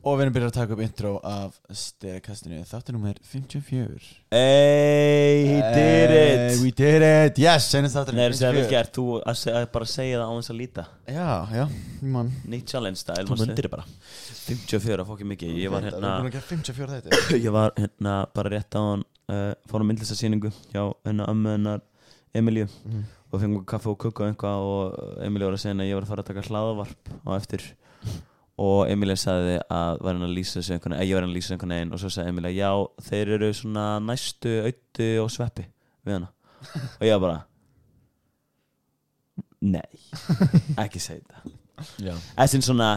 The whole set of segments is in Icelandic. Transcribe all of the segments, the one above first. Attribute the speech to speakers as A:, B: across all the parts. A: Og við erum byrjað að taka upp intro af Stereokastinu Þáttu nummer 54
B: Hey, he did
A: Eh,
B: it
A: We did it, yes, senast þáttur
B: Nei, það er vel gert, þú að se- að bara segja það á hans að líta
A: Já, já, mann
B: Nýtt challenge style,
C: Þú
B: maður
C: mundir
B: segir bara 54, fokki mikið, ég var
A: Við erum búin
B: hérna
A: að gera 54 þetta
B: Ég var hérna bara rétt á hann uh, Fór á myndlistarsýningu hjá hérna ömmu hennar Emilju
A: Mhm.
B: Og fengum kaffe og kukku og einhvað Og Emilju var að segja henni að ég var að fara að taka hlaðavarp á eftir Og Emilja sagði að var hann að lýsa þessu einhvern veginn Ég var hann að lýsa þessu einhvern veginn Og svo sagði Emilja, já, þeir eru svona næstu, auðu og sveppi Við hana Og ég var bara Nei, ekki segja þetta
C: Já.
B: Essin svona,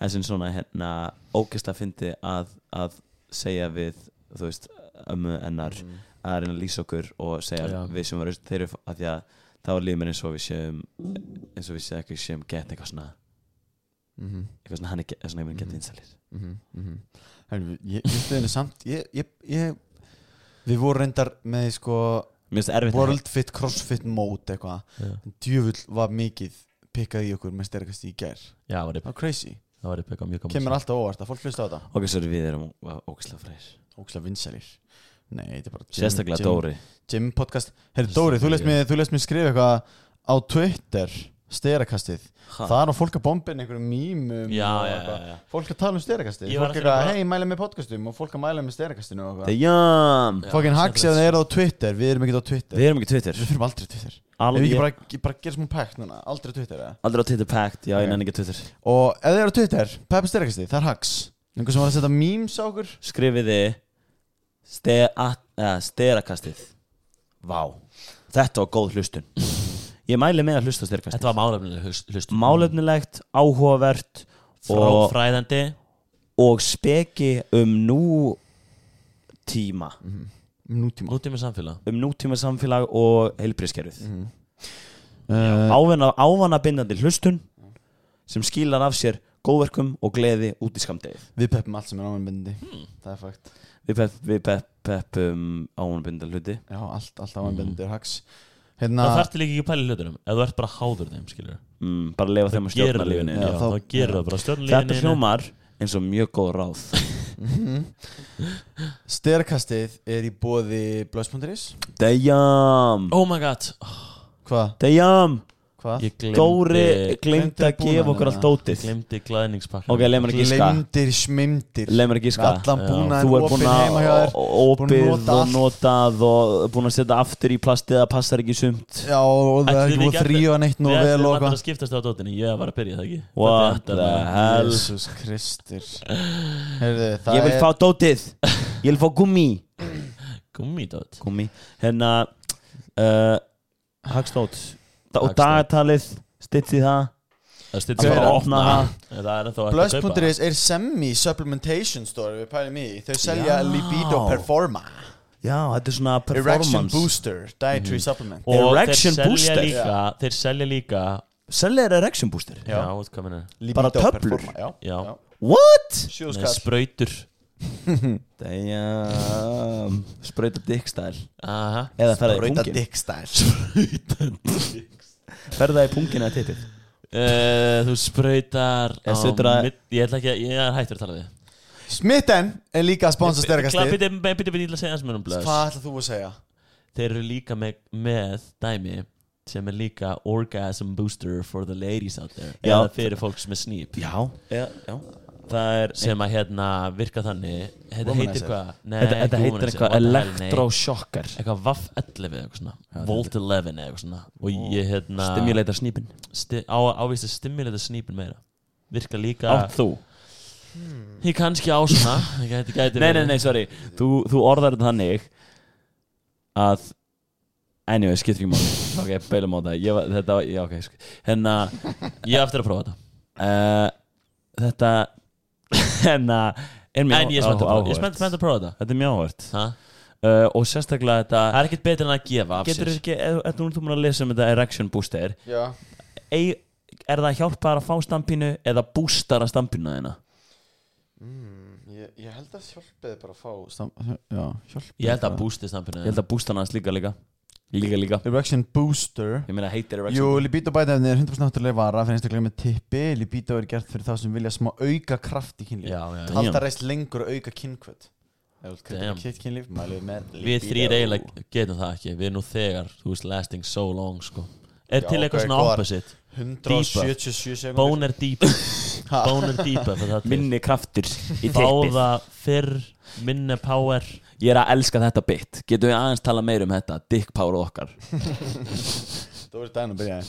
B: essin svona hérna, ógæsla fyndi að, að segja við, þú veist, ömmu
A: Mm-hmm,
B: ennar að reyna að lýsa okkur og segja
C: Já.
B: við sem varum þeirri að því að þá er líður mér eins og við séum eins og við séum ekki séum gett eitthvað svona
A: mm-hmm,
B: eitthvað svona hann er gett, svona einhvern gett
A: Mhm.
B: vinsalir
A: mm-hmm. Herru, ég finnst þeirnir samt Ég, ég, ég Við vorum reyndar með sko
B: Mér finnst það erfitt að-
A: World Fit CrossFit Mode eitthvað
C: Já.
A: En djöfull var mikið pikkað í okkur með Stereokast í gær
C: Já, það var
A: Það
C: eitthvað-
A: var crazy
C: það var eitthvað mjög gaman
A: Kemur alltaf á óvart að fólk hlusta á þetta
B: Ok, svo við erum ógæsla fræðir
A: Ókslega vinsælir Nei, þetta er bara gym-
B: Sérstaklega
A: gym-
B: Dóri
A: Jim podcast Herri Dóri, þú lest mér, þú lest mér skrifa eitthvað á Twitter Sterakastið
B: ha.
A: Það er á fólk að bomba inn einhverjum mýmum
C: Já,
A: um og
C: já,
A: eitthvað.
C: já, já.
A: Fólk að tala um sterakastið
C: Ég var
A: Fólk
C: að
A: eitthvað,
C: skrifa-
A: hei, mæla með podcastum og fólk að mæla með sterakastinu og
B: The
A: eitthvað
B: Yum
A: Fokkin
C: Já,
A: haks ef það er á Twitter, við erum ekkert á Twitter
B: Við erum ekki Twitter
A: Við fyrir aldrei Twitter Ef við
B: Alveg
A: ekki bara, ekki bara gera smá pækt núna, aldrei Twitter eða?
B: Aldrei á Twitter packed Já,
A: Ok.
B: ég nenni ekki Twitter
A: Og ef þið eru á Twitter, peppa sterakastið, það er haks Einhver sem var að setja memes á okkur
B: skrifiði ste uh, sterakastið Vá, þetta var góð hlustun Ég mæli með að hlusta á
C: Þetta
B: sterakastið
C: var málefnileg hlust
B: Málefnilegt, áhugavert
C: og
B: og,
C: fræðandi
B: og speki um nú tíma
A: Nútíma
C: nútíma samfélag
B: um nútíma samfélag og heilbrískerfið mm.
A: Mhm. uh,
B: ávana, bindandi hlustun sem skilar af sér góðverkum og gleði út í skamdegið
A: Við peppum allt sem er ámennbindi
C: Hmm.
A: Það er fakt
B: Við pepp, við pepp, peppum ávana hluti
A: Já, allt, allt ámennbindi er haks Hérna
C: Það þarfti líka ekki að pæla í hlutunum ef þú ert bara háður þeim skilur
B: mm, bara lefa þeim að stjórna lífinu
A: Já,
C: Já,
A: þá-
C: þá gerir það bara stjórna
B: Þetta
C: lífinu
B: hljómar eins og mjög góð ráð
A: Sterkastið er í bóði Blöðspunduris
B: Damn
C: Oh my god
A: Hvað?
B: Damn
A: Hvað?
C: Ég glemdi
B: Dóri glemdi að
A: glemdi búnaðinn,
B: gefa okkur allt
A: eða?
B: dótið
C: Glemdi glæðningspakkan
B: Ok, leið mér að gíska
A: Glemdir, smimdir
B: Leið mér að
A: Með
B: gíska
A: Allan
C: Já.
A: búnaðin
B: Þú er búin
A: heima hjá
B: að
A: þér búin að
B: opið
A: nota
B: og
A: allt.
B: notað og búin að setja aftur í plastið að passar ekki í sumt
A: Já, og það er
C: Ætli
A: ekki
C: við
A: búið
C: gætum-
A: þrý og neitt nú
C: Við
A: vel
C: ætlum
A: og
C: allir að
A: hvað
C: skiptast á dótinu Ég var að byrja það ekki
B: What
C: Þetta
B: the
C: endar með-
B: hell
A: Jesus Kristur Herðu, það
B: Ég vil fá dótið Ég vil fá gummi
C: Gúmmídót
B: Gummi Hérna uh, Hagstótt Og
C: Hagstól.
B: dagatalið Stitt í það
C: Það
B: Það er
C: stýttir
A: Hver
B: bara
A: er
B: að opna það
C: Það er ennþá ekki að kaupa
A: Blöðspunduris er semi-supplementation store Við pælum í Þau selja
B: Já.
A: libido performa
B: Já, þetta er svona
A: Erection
B: performance
A: booster Dietary supplement
C: Og þeir
B: Erection
C: selja
B: booster.
C: líka Þeir selja líka
B: Selja er erection booster
C: Já, þú veist hvað minna
A: Libido
B: töflur.
A: performa, Já,
C: Já.
A: já.
B: What?
C: Nei,
A: Sjóðskall
C: spröytur
B: Damn Sprauta dickstæl
C: Aha
B: Eða ferða í
A: Brauta
B: pungin
A: dick style
B: Ferða í pungin eða tippið
C: Uh, þú sprautar
B: Ég
C: á
B: setur að-
C: mitt- Ég ætla ekki að, ég er hættur að tala við þig.
A: Smitten er líka að sponsa
C: Kla-
A: sterkastið
C: Bíddu, bíddu, bíddu, bíddu, ég ætla að segja hans mér um blöðs
A: Hvað ætlað þú að segja?
C: Þeir eru líka með, með dæmi sem er líka orgasm booster for the ladies out there
B: Já.
C: eða fyrir fólk sem er snýp
B: Já Já, já
C: það er sem að hérna virka þannig þetta heitir
A: Womanizer.
C: hvað Nei,
B: Þetta, þetta
C: ekki
B: heitir
C: womanizer,
B: eitthvað
C: what the hell, nei.
B: elektroshocker
C: eitthvað vaff 11 eða eitthvað svona volt 11 eða eitthvað svona og ég hérna
B: Stimulator snýpin
C: sti, á, ávist að stimulata snýpin meira virka líka
B: Átt þú
A: Hmm.
C: ég kannski á svona það gæti, gæti
B: Nei,
C: verið.
B: nei, nei, sorry Þú, þú orðar þetta þannig Að Anyway, skipt ekki máli Ok, beilum á það Ég var, þetta var, já, ok sk- Hérna
C: ég á eftir að prófa þetta
B: uh, Þetta Hérna er mjög
C: en ég er spennt að
B: áhu-
C: prófa- ég er spennt-
B: áhugavert.
C: spennt að prófa þetta
B: Þetta er mjög áhvert
C: Ha?
B: uh, Og sérstaklega þetta
C: það er ekkert betur en að gefa af
B: Getur
C: sér
B: ekki, ef þú erum að lesa um þetta erection booster
A: Já
B: ei, Er það hjálpar að fá stampinu eða boostar að stampinu þeina?
A: Hmm, Ég, ég held að hjálpiði bara að fá stam, Já, hjálpiði
C: Ég held að bústi stampinu
B: Ég held að boostarna hans líka líka Líka, líka
A: Erection Booster
B: Ég meina heitir erection
A: Jú, libido bætaefni er 100% náttúrulega vara fyrir einstaklega með tippi Libido er gert fyrir þá sem vilja smá auka kraft í kynlíf
C: já, já.
B: Damn.
A: Alltaf reist lengur og auka kynkvöld
C: Damn.
A: Kitt kynlíf, mælið með
C: Við
A: libido.
C: þrýr eiginlega getum það ekki Við erum nú þegar, þú veist, lasting so long sko. Er
A: Já,
C: til
A: ok,
C: eitthvað svona
A: góðar.
C: opposite
A: 177 sekundir
C: Bóner deep Bóner deep
B: Minni kraftur í tippið
C: Báða fyrr, minna power
B: Ég er að elska þetta bit Getum við aðeins tala meir um þetta Dick power okkar
A: Það voru daginn að byrja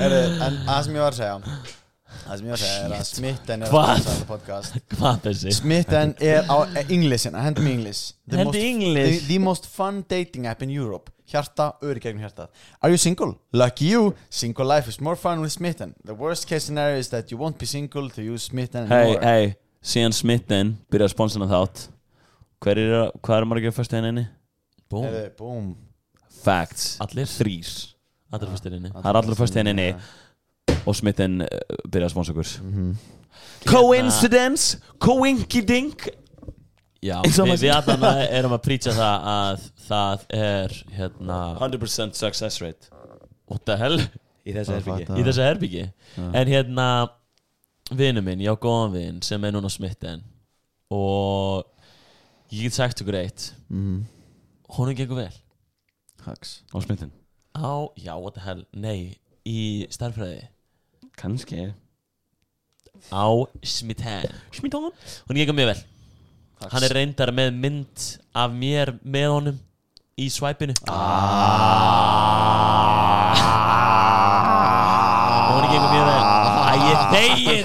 A: Heru, En að sem ég var að segja Það sem ég var að segja er að smitten er
C: Hvað?
A: að hlusta á þetta podcast
C: Hvað þessi?
A: Smitten er á englisina, hendi mig englis
C: Hendi í English?
A: the, the most fun dating app in Europe Hjarta, öri gegnum hjarta Are you single? Lucky you Single life is more fun with smitten The worst case scenario is that you won't be single To use smitten
B: Hei,
A: anymore
B: hei Síðan smitten Byrja að sponsina þátt Hver er, hvað er margir hérna fyrstu henni?
C: Búm,
A: Heru, Búm
B: Facts
C: allir
B: Þrýs
C: Allir fyrstir inni
B: Það er allra fyrst henni inni. Og smitten uh, byrja að sponsa okkur
A: Mm-hmm,
B: Hérna- Coincidence Coinkidink
C: Já,
B: Eins og
C: við,
B: maður-
C: við allan að- erum að prýtja það að það er hérna
B: 100% success rate
C: What the hell?
B: Í þessu herbyggi
C: í þessu herbyggi en hérna vinnu minn, já góðan vinn sem er núna smitten og ég get sagt ykkur eitt
A: mm-hmm.
C: honum gengur vel
A: Hags
B: Á smitten
C: á, já what the hell, nei í starffræði
B: Kanski
C: á smitten
B: Smitten
C: honum gengur mjög vel hann er reyndar með mynd af mér með honum í svæpinu
A: Ah.
C: og honum gengur mjög vel að ég þegir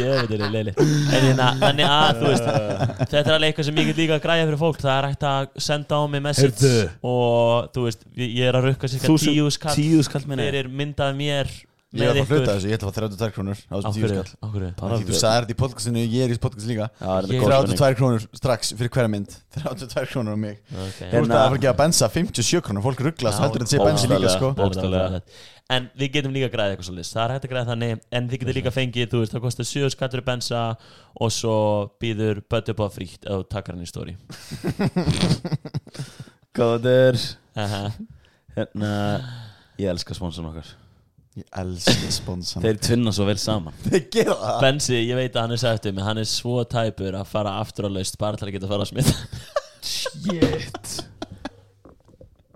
C: ég veit þetta er leili en hérna, þannig að þú veist þetta er alveg eitthvað sem ég get líka að græja fyrir fólk það er hægt að senda á mig message
B: Heyrðu.
C: og þú veist, ég ég er að rukka cirka tíu skall
B: Tíu skall minni
C: fyrir mynd af mér
A: Ég var að
C: með
A: fara að hluta
C: ykkur
A: þessu, ég ætla að fá 32 krónur á
C: á
A: þessu tíu
C: hverju,
A: skall
C: á hverju
A: Því Þú sagði þetta í podcastinu, ég er í þessu podcast líka
B: Já, það er
C: Ég-
B: góð spurning.
A: 32 krónur strax fyrir hverja mynd 32 krónur á mig
C: okay.
A: Þú ert
B: Hérna-
A: að fara að gefa bensa 57 krónur Fólk rugglast,
C: Já,
A: heldur þetta sé bensi líka sko
B: bókstaflega. Bókstaflega.
C: En við getum líka að græða eitthvað svolítið Það er hægt að græða þannig En þið getur líka fengið, þú veist, það kostar 7 skattur bensa Og svo býður Böttu upp á fríkt Ef þú takkar hann í stóri
B: Góður
C: Aha.
B: Hérna Ég elska sponsorn okkar
A: Ég elski sponsan
B: Þeir tvinna svo vel saman
A: Þeir gera það
C: Bensi, ég veit að hann er sættum En hann er svo tæpur að fara aftur á laust Bara til að geta að fara að smita
B: Shit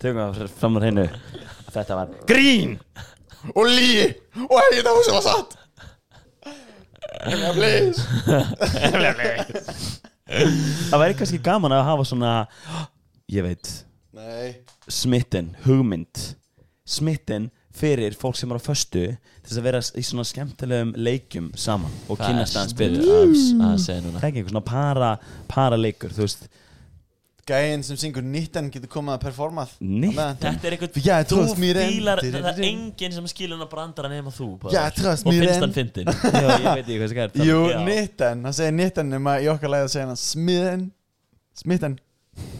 B: Tegum að fram úr hennu Þetta var Grín
A: Og líi Og hegi það húsið var satt Emilja, please
B: Það væri kannski gaman að hafa svona Ég veit
A: Nei
B: Smitten Hugmynd Smitten fyrir fólk sem er á föstu til þess að vera í svona skemmtilegum leikjum saman og kynast aðeins betur
C: Það segja núna
B: Það er ekki einhver svona para, para leikur Þú veist,
A: Gæinn sem syngur 19 getur komað að performað
B: Nitten?
C: Þetta er eitthvað
A: Já, ég
C: Þú
A: trúst mér enn.
C: fílar Það er enginn sem skilur hann að brandara nema þú bara.
A: Já, ég trúst
C: Og
A: mér
C: finnst
A: enn.
C: hann fyndin
B: já, ég veit ekki hvað það er
A: Jú,
C: Já.
A: 19 Hann segir 19 nema í okkar lagi að segja hann Smiðin Smitten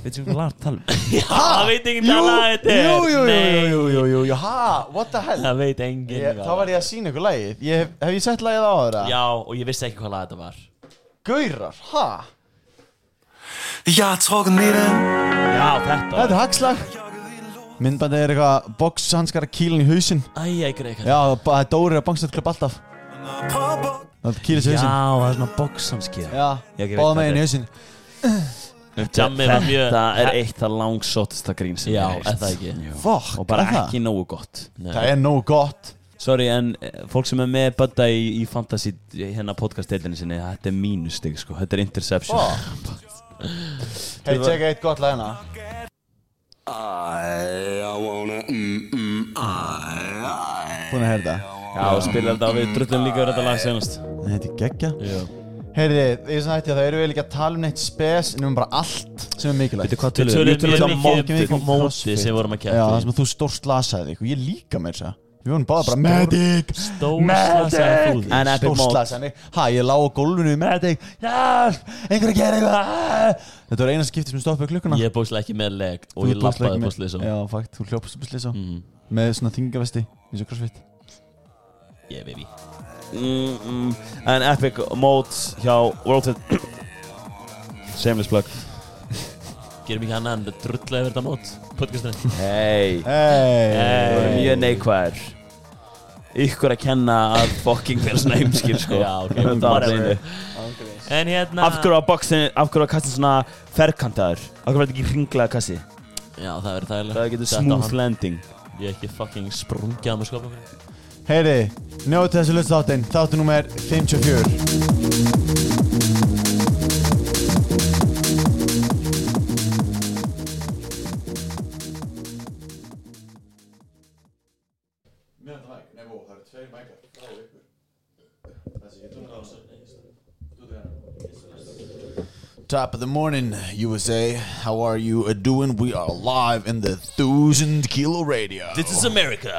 B: Veitum við hvað lart tala um?
C: Já, það veit enginn
A: Jú,
C: hvað lag þetta er
A: jú, jú, jú,
C: Nei.
A: jú, jú, jú, jú Ha, what the hell
C: Það veit enginn
A: Ég, þá var ég að sína ykkur lagið ég, hef- Hef ég sett lagið á þeirra?
C: Já, og ég vissi ekki hvað lag þetta var
A: Gaurar, ha?
D: Jeg har trukket midten
B: Já, þetta
A: Þetta er hagslag Myndbandið er eitthvað bokshanskara kílin í hausinn
C: Æja, ég greið
A: Já, ba- það er Dóri að bankstættklubb alltaf Það kýlis í hausinn
B: Já, það er svona boksamskýra
A: Já,
B: Ég veit
A: báða
B: hvað
A: megin í
B: þetta er.
A: hausinn
C: Jammið var mjög
B: Þetta er eitt af langsóttasta grín sem
C: Já,
B: ég hef heyrt.
C: er það ekki?
B: Jú.
A: Fuck,
B: Og bara
A: er það?
B: ekki nógu gott
A: Það er nóg gott
B: Sorry, en eh, fólk sem er með Bödda í, í fantasy í hennar podcast-deildinni sinni Þetta er mínustig, sko Þetta er interception
A: Fuck. Hei, tjekka eitt gott hérna. lagina
D: I wanna mm, mm, I, I.
A: Búin að heyra það
B: Já, og spila þetta og við drullum líka verið þetta lag senast
A: Nei, Þetta er geggja
C: Við
A: Heyri, því sem hætti að það eru við líka að tala um neitt spes Nefnum bara allt sem er mikilvægt
B: Veitu hvað tölum við? Við
C: tölum
B: tölum
C: mjög
B: um
C: mikið
B: mótið
C: um móti
A: crossfit.
C: sem vorum að
A: Já, það
C: kæta
A: sem að þú stórst lasaði þig Og ég líka meir þess að Við vorum báða bara Medic
C: Stórslasaði fúði
B: En epic mót
A: Stórslas henni Hæ, ég lá á gólfinu í Medic Hjálp, einhver að gera eitthvað Ah! Þetta var eina skipti sem stoppaði klukkuna
C: Ég er bókslega ekki með leg og
A: Þú
C: ég
A: bókstaflega
C: lappaði
A: ekki með-
C: bókslega
A: Já, fakt, þú hljópast upp slisa
C: Mm.
A: Með svona þingavesti, eins og crossfit
C: Ég er baby
B: mm, mm, En epic mót hjá World Fit Shameless plug
C: Gerum ekki annað en drulla yfir þetta mót podcastinu
B: Hei
A: Hey.
B: Það er mjög neikvæður Ykkur að kenna að fucking vera svona heimskil sko
C: Já, ok,
B: Það var
C: whatever.
B: reynu
C: En hérna
B: Af hverju að boxin, af hverju að kassin svona ferkantaður Af hverju var þetta ekki ringlaða kassi
C: Já, það verður þægilegt
B: Það getur
C: Þetta
B: smooth
C: hann-
B: landing
C: Ég er ekki fucking sprungið á mig sko, skopum
A: Heyri, njóta þessu lustáttin Þáttu númer 54 Top of the morning, USA. How are you doing? We are live in the 1000 kilo radio.
C: is America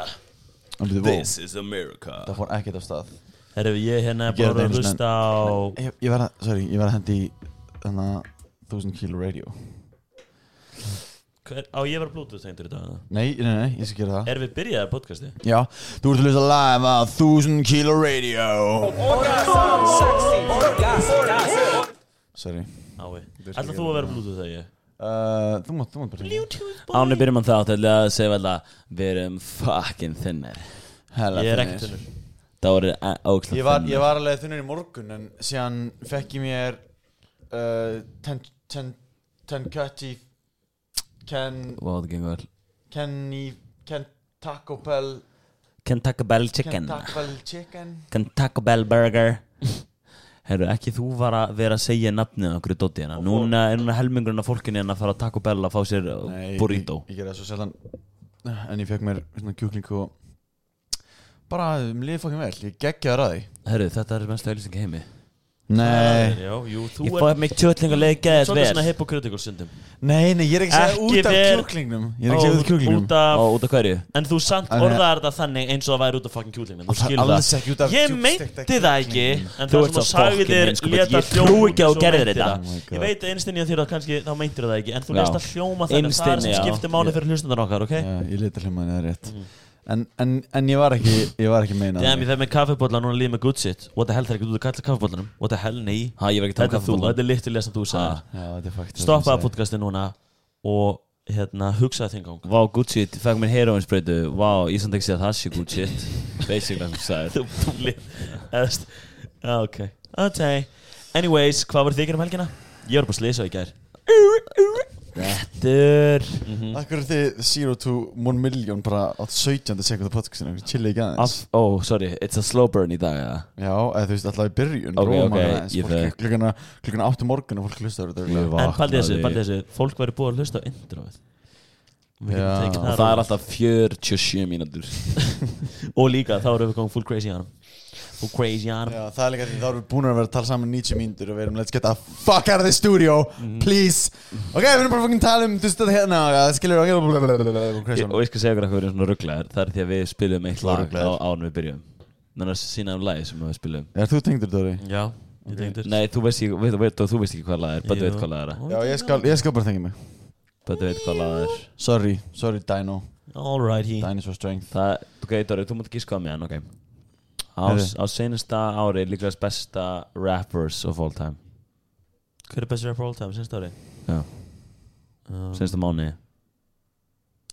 A: This.
B: is America
A: Það fór ekkert af stað.
C: Herru, ég hérna
A: gerði þetta
C: bara að
A: einu sinni,
C: hlusta á
A: Ég, ég verða, sorry, ég verða hendi í þannig að 1000 kilo radio
C: Hver, Á, ég var Bluetooth tengdur í dag eða?
A: Nei, nei, nei, ég skal gera það
C: Er við byrjaðið podcasti?
A: Já, þú ert að hlusta live að 1000 kilo radio Sorry
C: Ái Ætla þú að vera Bluetooth þegar ég?
A: uh, Þú mátt, þú mátt bara hringja.
B: Áni byrjum hann þátt ætla að segja vel að Við erum fucking þinnir
A: Hella,
C: Ég er
A: þunnir.
C: ekkert þunnur
B: Það voru eh, ógst
A: Ég var, ég var alveg þunnur í morgun en síðan fekk ég mér uh, ten, ten, ten cutty Ken,
B: Wow, það gengur vel
A: Kenny, Ken Taco Bell
B: Kentucky Bell
A: Ken
B: Chicken
A: Taco Bell Chicken
B: Kentucky Bell Burger Herru, ekki þú var að vera að segja nafnið á hverju dotti hérna Núna er núna helmingurinn af fólkinu hérna að fara að Taco Bell að fá sér eh,
A: Nei,
B: burrito
A: Ég, ég gerði það svo sjaldan En ég fekk mér svona kjúkling og Bara, um liði fokkin vel Ég geggjaði ræði
B: Herru, þetta er mest auðlýsing í heimi
A: Nei
C: Já, jú, þú
B: Ég
C: er
B: fóði mig kjötling og leiði geðis
C: Svolítið svona
B: vel
C: hypocritical syndum
A: Nei, nei, ég er ekki að segja
C: Ekki
A: út af
C: ver-
A: kjúklingnum Ég er ekki að segja út af kjúklingnum
C: Út af
B: Og út af hverju?
C: En þú samt
A: En-
C: orðaðar þetta þannig eins og það væri út af fucking kjúlingnum Þú
A: Það er
C: skilur
A: alls ekki út af
C: Ég
A: djúpsteikta
C: meinti það ekki
A: kjúklingnum.
C: En
B: Þú ert
C: það sem þú
B: svo
C: sagði
B: fucking
C: þér
B: heimskur,
C: leta
B: ég trúi
C: hljóma
B: ekki að þú gerðir þetta.
C: Ég veit að einstinni á þér að kannski Þá meintir það ekki En þú
B: Já.
C: leist að hljóma þannig
B: Innst
C: Það er
B: inni,
C: sem
B: já.
C: skiptir máli fyrir hlustundar okkar, ok?
A: Já, ég liti hljómaði það er rétt en, en, en ég var ekki, ég var ekki meina
C: Damn, ég fer með kaffibólla núna líð með good shit What the hell, það er ekki út að kalla kaffibóllanum What the hell, nei
B: Ha, ég var ekki að
C: Þetta
B: taka
C: er þú, þetta er littilega sem þú
B: Ah,
C: sagðir
A: Já, þetta er fakt
C: Stoppaði podcasti núna Og hérna, hugsaði þengang
B: Vá, good shit, fæk mér heroinsbreytu Vá, ég samt ekki segja að það sé good shit Basically, sem þú sagðir
C: Þú, þú lit Eðst Já, Ok Ok Anyways, hvað voru þið að gera um helgina? Ég var bara að slýsa í gær Réttur Mhm.
A: Akkur er þið 0 to 1 million bara á 17. sekundu podcastinu Chilla ekki aðeins
B: Af- Ó, sorry, it's a slow burn í dag, eða?
A: Já, eða þú veist alltaf í byrjun
B: Ok,
A: róa
B: ok,
A: maður aðeins.
B: ég
A: Fólk-
B: þekk.
A: Klukkan klukkan 8 morgun og fólk hlustar
B: Ég
A: þetta
B: var-
C: En paldið þessu,
B: Vaknaði.
C: paldið þessu Fólk væri búið að hlusta á introið Og við
A: Já.
C: getum tekið
B: Og
C: það
B: það er
C: rólega.
B: alltaf 47 mínútur
C: Og líka, þá erum við komið full crazy ánum Full crazy ánum
A: Já, það er líka því þá erum við búin að vera að tala saman 90 mínútur og við erum let's get the fuck out of this studio please ok, við erum bara að fucking tala um þú veist þetta hérna og það skilur ok blablabla, og
B: Ég-
A: Christian.
B: Og ég skal segja ykkur að hvað við erum svona rugglegar Það er því að við spilum eitt lag
A: Rugglaðir.
B: á ánum við byrjum Þannig að sína um lagi sem við spilum
A: Er þú tengdur Dóri?
C: Já, ég tegndur
B: Nei, þú veist ekki, veit, veit, þú veist ekki hvað lag er Bötu
C: Jú.
B: veit hvað lag er
A: Já, ég skal, ég skal bara tengja mig
B: Bötu veit hvað lag er
A: Sorry, sorry Dino
C: Alrighty
A: Dinosaur strength
B: Það, ok, Dóri, þú mátt ekki skoða mér hann, ok Á,
A: Heyrðu.
B: á senasta ári líklegast besta rappers of all time
C: Hver er best rapper all time, sinns það
B: Já,
C: ári?
B: senasta mánu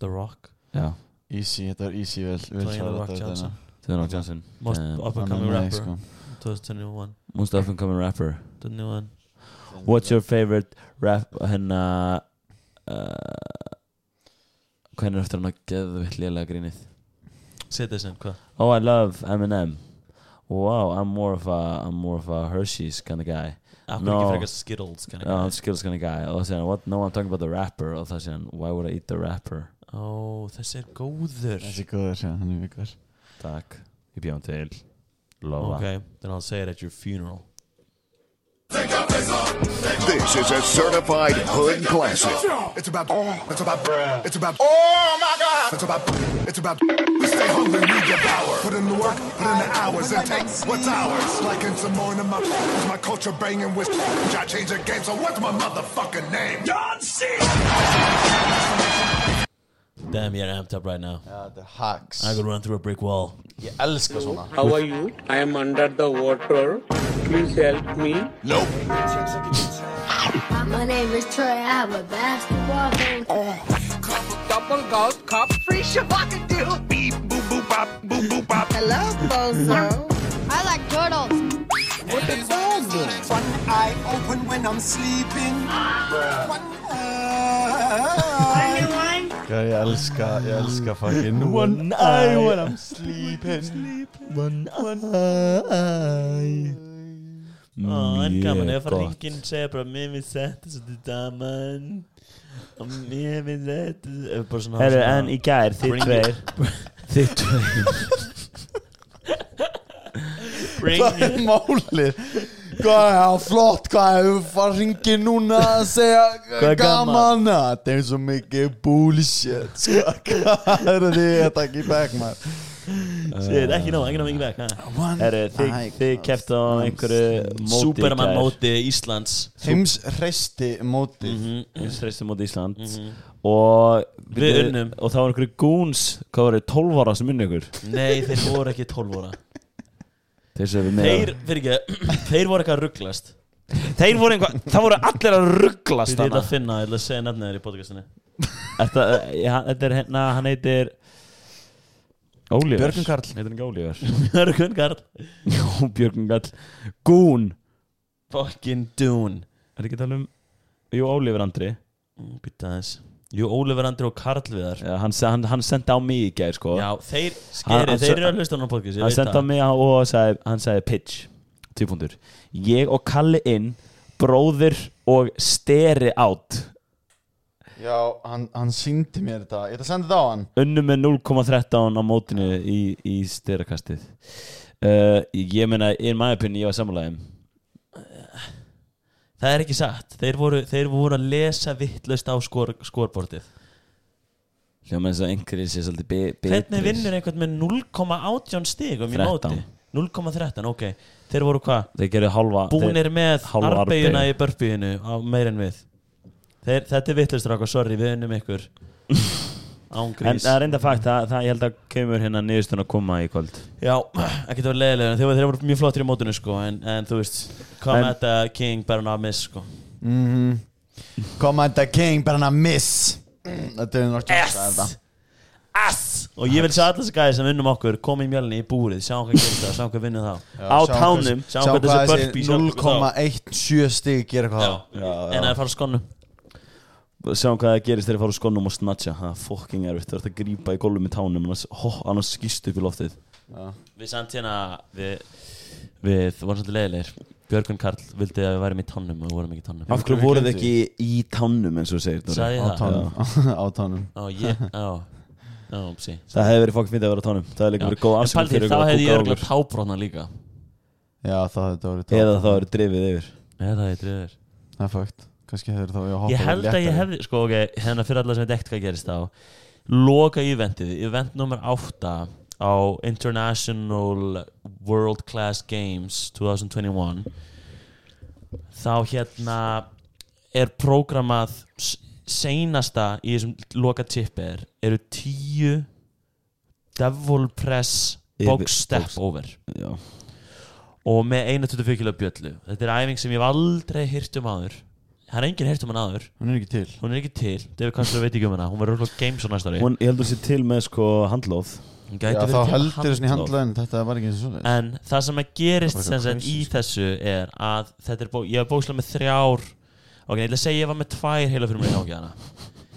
C: The Rock
B: Já,
A: Easy, þetta var easy vel vel
C: Dwayne The
A: svarað
C: Rock
A: þetta,
C: Johnson
B: Tvöðan og Johnson
C: Most
B: Eh,
C: up and
A: Dana.
C: coming
A: Nei,
C: rapper
A: sko.
C: 2021
B: Most up and coming rapper
C: 2021
B: What's your favorite rap hérna uh, Hvernig er eftir hann að geða vitt lélega grínið
C: Citizen, hvað?
B: Oh I love Eminem Wow, I'm more of a I'm more of a Hershey's kind of guy
C: Akkur
B: No.
C: ekki frekar Skittles kind
B: uh,
C: of
B: Skills kind of guy og það sé hann what, No, I'm talking about the rapper og það sé hann Why would I eat the rapper
C: Ó, þessi er góður
A: Þessi er góður, já, hann er vikar
B: Takk, ég bjóðum til Lofa
C: Ok, then I'll say it at your funeral
E: This is a certified hood classic.
F: It's about It's about It's about Oh my God. It's about It's about We stay hungry, we devour. Put in the work, put in the hours, and take what's ours. Like in some morning, my is my culture banging with. I change the game, so what's my motherfucking name? John C.
C: Damn, ég er amped up right now
A: Já, þetta er hacks
C: I could run through a brick wall
A: Ég elska svona
G: How are you? I am under the water. Please help me.
H: My name is Troy. I have a basketball game. double gold cup, free shabaka deal. Beep, boop, boop, bop, boop, boop, bop. Hello, bozo.
I: I like turtles.
H: What is bozo?
F: One eye open when I'm sleeping. One eye.
A: Ég elska, ég elska fucking One
B: eye when
A: I'm sleeping
B: Mm,
C: En gaman ef að ringin segja bara Mér við setja svo til daman Og mér við setja Bara svona
B: Herru, en í gær, þið
C: Bring
B: tveir Þið tveir
A: Hvað er málið? Hvað er það flott? Hvað er það að ringi núna að
B: Hvað
A: segja
B: er gaman?
A: gaman? Ah, Þetta er svo mikið bullshit sko. Hvað er því að taka í back maður?
C: Shit, ekki ná, ekki ná mikið vekk ha?
B: Herru, þið, þið keftu á einhverju móti
C: Superman móti Íslands
A: Heims reisti móti
B: Ísreistu móti Ísland Og
C: Við unnum.
B: Og það var einhverju goons Hvað var þið, 12 ára sem unni ykkur
C: Nei, þeir voru ekki 12 óra
B: Þeir sem við með
C: Þeir, fyrir ekki, þeir voru eitthvað að rugglast
B: Þeir voru einhvað Það voru allir að rugglast
C: Þetta er
B: þarna
C: að finna, ég ætla að segja nefnir í podcastinu
B: Þetta eh, hann- þetta er hérna Hann heitir Ólíver Björgun Karl Heitir hann ekki Ólíver
C: Hörgun Karl
B: Jó, Björgun Karl Goon
C: Fucking Dune
B: Er ekki að tala um Jú, Ólíver Andri
C: Býta þess Jú, Ólefur Andri og Karl Viðar
B: Já, hann, se- hann, hann sendi á mig í gær sko
C: Já, þeir,
B: Hann-
C: skeri,
B: hann-
C: þeir eru að hlusta hann á podcast ég
B: Hann
C: veit
B: sendi á
C: það.
B: mig á- og sagði, hann sagði pitch Tífundur Ég og Kalli inn Bróðir og steri átt
A: Já, hann, hann síndi mér þetta Ég ætla að senda þetta á hann
B: Unnum með 0,13 á mótinu í, í styrakastið uh, Ég meina, in my opinion, ég var sammálaðum
C: Það er ekki satt Þeir voru, þeir voru að lesa vittlust á skor, skorbortið
B: Hljóma eins og einhverjir sé svolítið be betri
C: Hvernig vinnur einhvern með 0,18 stigum um í
B: 13.
C: móti 0,13, ok Þeir voru hvað?
B: Þeir gerðu hálfa
C: Búnir með
B: hálfa
C: arbeiguna
B: arfbeygju.
C: í börfbíinu á meir en við þeir, Þetta er vittlust ráka, sorry, við unnum ykkur
B: En
C: Ángrís
B: það er enda fakt að það ég held að kemur hérna niðurstun að koma í kvöld
C: Já, ekki það var leiðilega þeir, voru- þeir voru mjög flottir í mótinu sko En, en þú veist, hvað
B: En-
C: með þetta King bara ná að miss sko
A: Come at the king, bara hann að miss
B: Mm.
A: Þetta er náttúrulega þetta
C: Ass Og ég vil sjá allir þessi gæði sem vinnum okkur Komið í mjölni í búrið, sjá hvað gerir það, sjá hvað vinnum þá
B: Á
A: sjáum
B: tánum
C: Sjá
A: Sjá
C: hvað
A: hvað
C: þessi burpee
A: þessi 0,17 stig gera hvað
C: Já, en það er fara skonu
B: Sjáum hvað það gerist þegar ég fara úr skónum og snatja Það er fokking erfitt, það er að grípa í gólfum í tánum annars, hó, annars skýst upp í loftið
C: Við samt hérna Við, við vorum svolítið leiðilegir Björgun Karl vildi að við værum í tannum og við vorum ekki í tannum
B: Af hverju voruð þið ekki í tánum eins og þú segir Dóri?
C: Sagði
A: Á
C: ég það?
A: tánum Á tánum
C: Á ég, á Á, psi
B: Það hefði verið fokk fyndið að vera á tánum Það hefði líka verið góð
C: En
B: afsökun
C: pældi,
B: fyrir
C: þá
B: ykkur að
C: hefði
B: kúka
C: ég
B: á
C: örgulega
B: okkur.
C: tábrotna líka
A: Já, það hefði þetta voru
B: Eða þá eru drifið yfir
C: Eða það hefði dröður
A: Það er fægt Kannski hefur þá ég að hoppa
C: Ég held að ég hefði, sko ok, hérna fyrir alla sem veit ekkert hvað gerist á Loka eventið, event nummer 8 á International World Class Games 2021 Þá hérna er prógramað s- seinasta í þessum loka tipper eru tíu Devil Press
B: Yfir-
C: Box Step Over
B: Já.
C: og með 1.24 kilo bjöllu Þetta er æfing sem ég hef aldrei hýrt um áður Það er enginn hýrt um hann áður
A: Hún er ekki til
C: Hún er ekki til, David Kansler veit ekki um hana Hún verður úrlega games á næsta ári
B: Hún, Ég held að sé til með sko handlóð
C: Hún
A: Já,
C: gæti verið
A: þá
C: til
A: heldur þessin í
C: handlóð.
A: handlaðin Þetta var ekki eins og svoleiðis.
C: En það sem að gerist
A: Það var
C: sem sagt
A: crazy,
C: í þessu er að þetta er bó, ég var bókslega með þrjár ok, ég ætla að segja ég var með tvær heila fyrir mér hjá hana hérna.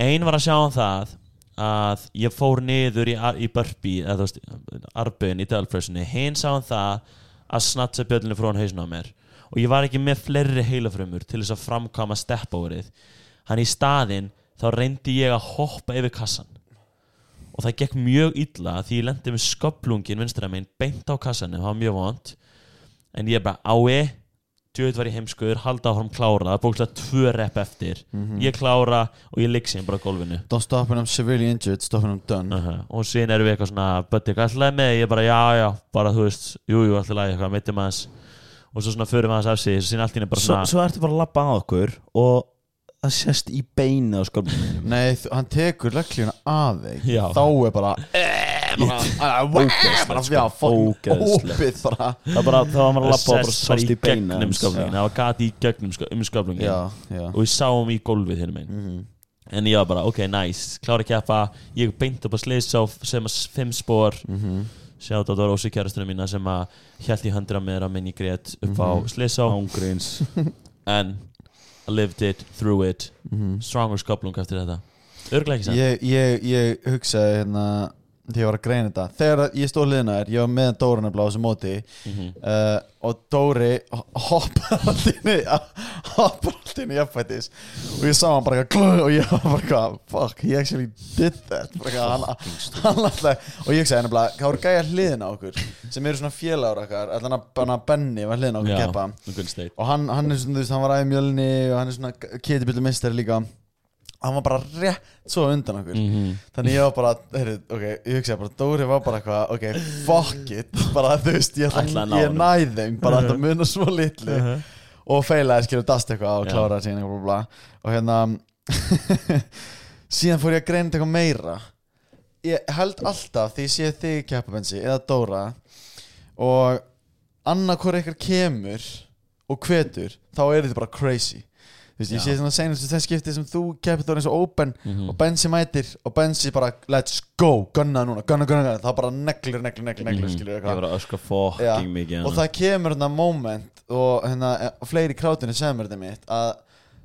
C: Ein var að sjá um það að ég fór niður í, ar- í burpi eða þú veist, arbun í delpressunni hinn sá um það að snatsa bjöllinu frá hann hausinu á mér og ég var ekki með fleiri heilafrumur til þess að framkama steppáverið hann í staðinn þá reyndi ég að hoppa yfir kassan og það gekk mjög illa því ég lendi með sköplungin vinstra megin beint á kassanum, það var mjög vond en ég bara ái djöð var ég heimskuður, halda áfram klára það er bókslega tvö rep eftir
B: Mhm.
C: ég klára og ég ligg síðan bara á gólfinu
A: Don't stop when I'm severely injured Stop when I'm done
C: uh og síðan erum við eitthvað svona Böddi, hvað ætlaði með, þig?" ég bara já já bara þú veist, jú jú, ætlaði eitthvað, mittum aðeins og svo svona förum aðeins af sig og síðan allt í einu bara
B: svo,
C: svona
B: svo ertu bara að labba á okkur Og það sést í beina á skolminu
A: Nei, þú- hann tekur löglíuna af þig
C: Já.
A: Þá er bara eh, bara- bara- bara- Já, fucking Ópið
B: Ógeðslegt.
A: bara
B: Það bara, það var maður að labba og bara
C: sest bara
B: sást
C: í
B: í sko. beina
C: gegnum
B: hans.
C: sköflungin það var gati í gegnum sköflungin
A: Já, já
B: Mhm.
C: og við sáum í gólfið hérna megin en ég var bara, ok, nice, klára að keppa ég beint upp á Sliðsóf sem að s- fimm spór mm
B: Mhm.
C: -hmm. sjátt á Dóra Ósukjærastunum mína sem að hjælt í höndra mér að minni grét upp á
B: Mhm.
C: Sliðsóf
B: Ángríns
C: en I lived it, through it
B: Mhm.
C: stronger skoplung eftir þetta örglega ekki sann
A: ég, ég, ég hugsaði hérna þegar ég var að greina þetta þegar ég stóð hliðina þér, ég var með Dóri nefnilega á þessu móti
C: Mhm.
A: uh, og Dóri ho- hoppar allt inni hoppar allt inni jafnfættis og ég sá hann bara eitthvað og ég var bara eitthvað fuck, he actually did that bara eitthvað, hann, hann alltaf, og ég hugsaði nefnilega, hvað voru gæja hliðina á okkur sem eru svona félagur okkar allan að bara Benni var hliðina á okkur
C: Já,
A: keppa
C: good state
A: og hann, hann er svona, þú veist, hann var aðeins mjölni og hann er svona ketibillu mistari líka hann var bara rétt svo undan okkur
C: Mhm.
A: þannig ég var bara, heyrðu, ok ég hugsaði bara, Dóri var bara eitthvað ok, fuck it, bara þú veist ég,
C: Ætlaði að
A: ætla,
C: ná
A: ég
C: honum. Mhm.
A: næði þeim, bara þetta munar svo litlu og feilaði, skilur, dast eitthvað og
C: Já.
A: kláraði síðan eitthvað, bla, bla, bla. og hérna síðan fór ég að greina þetta eitthvað meira ég held alltaf því ég sé þig keppabensi eða Dóra og annarkor eitthvað kemur og hvetur, þá er þetta bara crazy Þú veist, ég sé svona senast þess skipti sem þú keppið þá er eins og open
B: Mhm.
A: og Benzi mætir og Benzi bara let's go, gunna núna, gunna, gunna, gunna það bara neglir, neglir, neglir, neglir, skilur
B: Mhm. Ég var að öskra "Oh, sko, fucking
A: Já,
B: mikið
A: og það kemur hérna moment og hérna eh, og fleiri í krátinu sem er þetta mitt að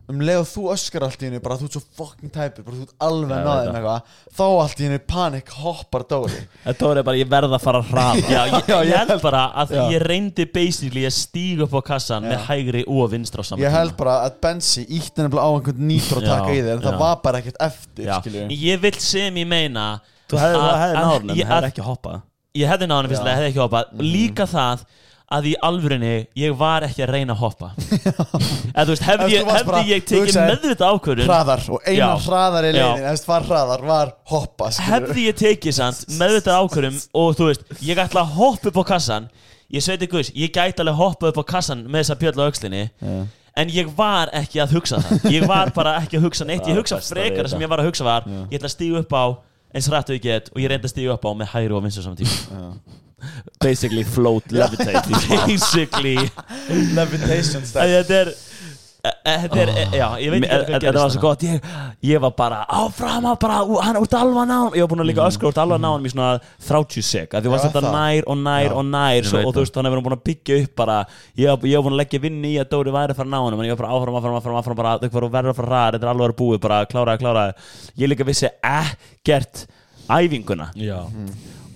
A: um leið og þú öskar allt í hennu bara þú ert svo fucking tæpur, bara þú ert alveg að
B: Já,
A: náðið
B: þetta.
A: með eitthvað, þá allt í hennu panik hoppar Dóri
B: Þetta voru bara, ég verð að fara að hraða
C: Já, ég,
A: Já,
C: ég
A: ég
C: held
A: held-
C: bara að
A: Já.
C: ég reyndi basically að stíga upp á kassan með hægri og vinstra á saman
A: ég held bara að Benzi ítti nefnilega á einhvern nýttur að taka
C: Já,
A: í þér en það
C: já.
A: var bara ekkert eftir,
C: Já.
A: skilur
C: Ég vil sem ég meina
B: Þú hefði
C: að-
B: hefði
C: að-
B: nárnum,
C: ég-
B: hefði
C: að-
B: ekki hoppað
C: Ég hefði náðan fyrst ég hefði ekki hoppað
A: Mhm.
C: Líka það að í alvörinni ég var ekki að reyna að hoppa Eða þú veist, hefði,
A: Ef
C: ég,
A: þú varst
C: hefði
A: bara-
C: ég
A: þú
C: tekið
A: hugsaðir,
C: meðvita ákvörðun
A: hraðar og eina
C: Já.
A: hraðar í
C: Já.
A: leiðin eftir var hraðar var hoppa skilurðu.
C: hefði ég tekið samt meðvitað ákvörum og þú veist, ég ætla að hoppa upp á kassan ég sveiti guðs, ég gæti alveg hoppa upp á kassan með þessa pjöll á aukslinni en ég var ekki að hugsa það ég var bara ekki að hugsa neitt, ég hugsa
B: besta við
C: frekar
B: þetta.
C: sem ég var að hugsa var ég ætla að stíga upp á eins rætt og ég get og ég reyndi að stíga upp á með hægri og vinstu saman tíma
B: Basically float levitate í smá.
C: basically,
A: levitation
C: að
A: step
C: þetta er e- e- Þetta er, e- já, ég veit
B: Mér-
C: ekki hvað
B: Þetta
C: gerist
B: þetta var svo
C: þarna.
B: gott, ég, ég var bara áfram að bara, ú, hann er út alvan á ég var búin að
C: Mm.
B: líka öskra út alvan á hann í svona 30 sek, að því varst
A: Já,
B: þetta
A: það.
B: nær og nær og nær svo,
C: veit
B: og þú veist, þannig að við erum búin að byggja upp bara, ég var, ég var búin að leggja vinn í að Dóri væri að fara að ná hann, en ég var bara áfram, áfram, áfram, áfram bara, þau voru verður að fara rar, þetta er alveg að búið, bara kláraði, kláraði ég líka vissi ekkert æfinguna
C: Já,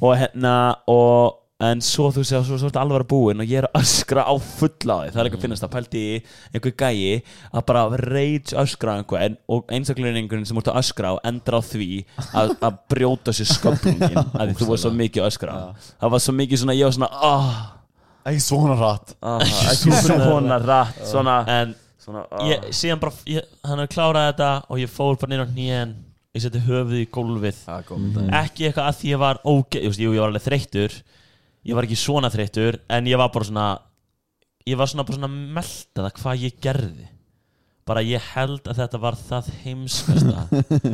B: og hérna, og en svo þú sé að svo, svo ertu alveg að búin og ég er að öskra á fulla á því, það er líka að finnast að pælti í einhver gæi að bara rage öskra á einhvern og einstakleiningurinn sem úrtu að öskra á endra á því að, að brjóta sér sköplungin að því þú var svo mikið að öskra á það var svo mikið svona, ég var svona oh,
A: ekki svona hratt
C: Ah.
B: oh, ekki svona rætt svona,
C: en
B: svona ah.
C: ég, síðan bara, ég, hann hefur klárað þetta og ég fór bara niður á hnén ég seti höfuð í gólfið ekki eitthvað að því ég var óge just, jú, ég var alveg þreyttur ég var ekki svona þreyttur en ég var bara svona ég var svona bara svona meldaða hvað ég gerði bara ég held að þetta var það heimskasta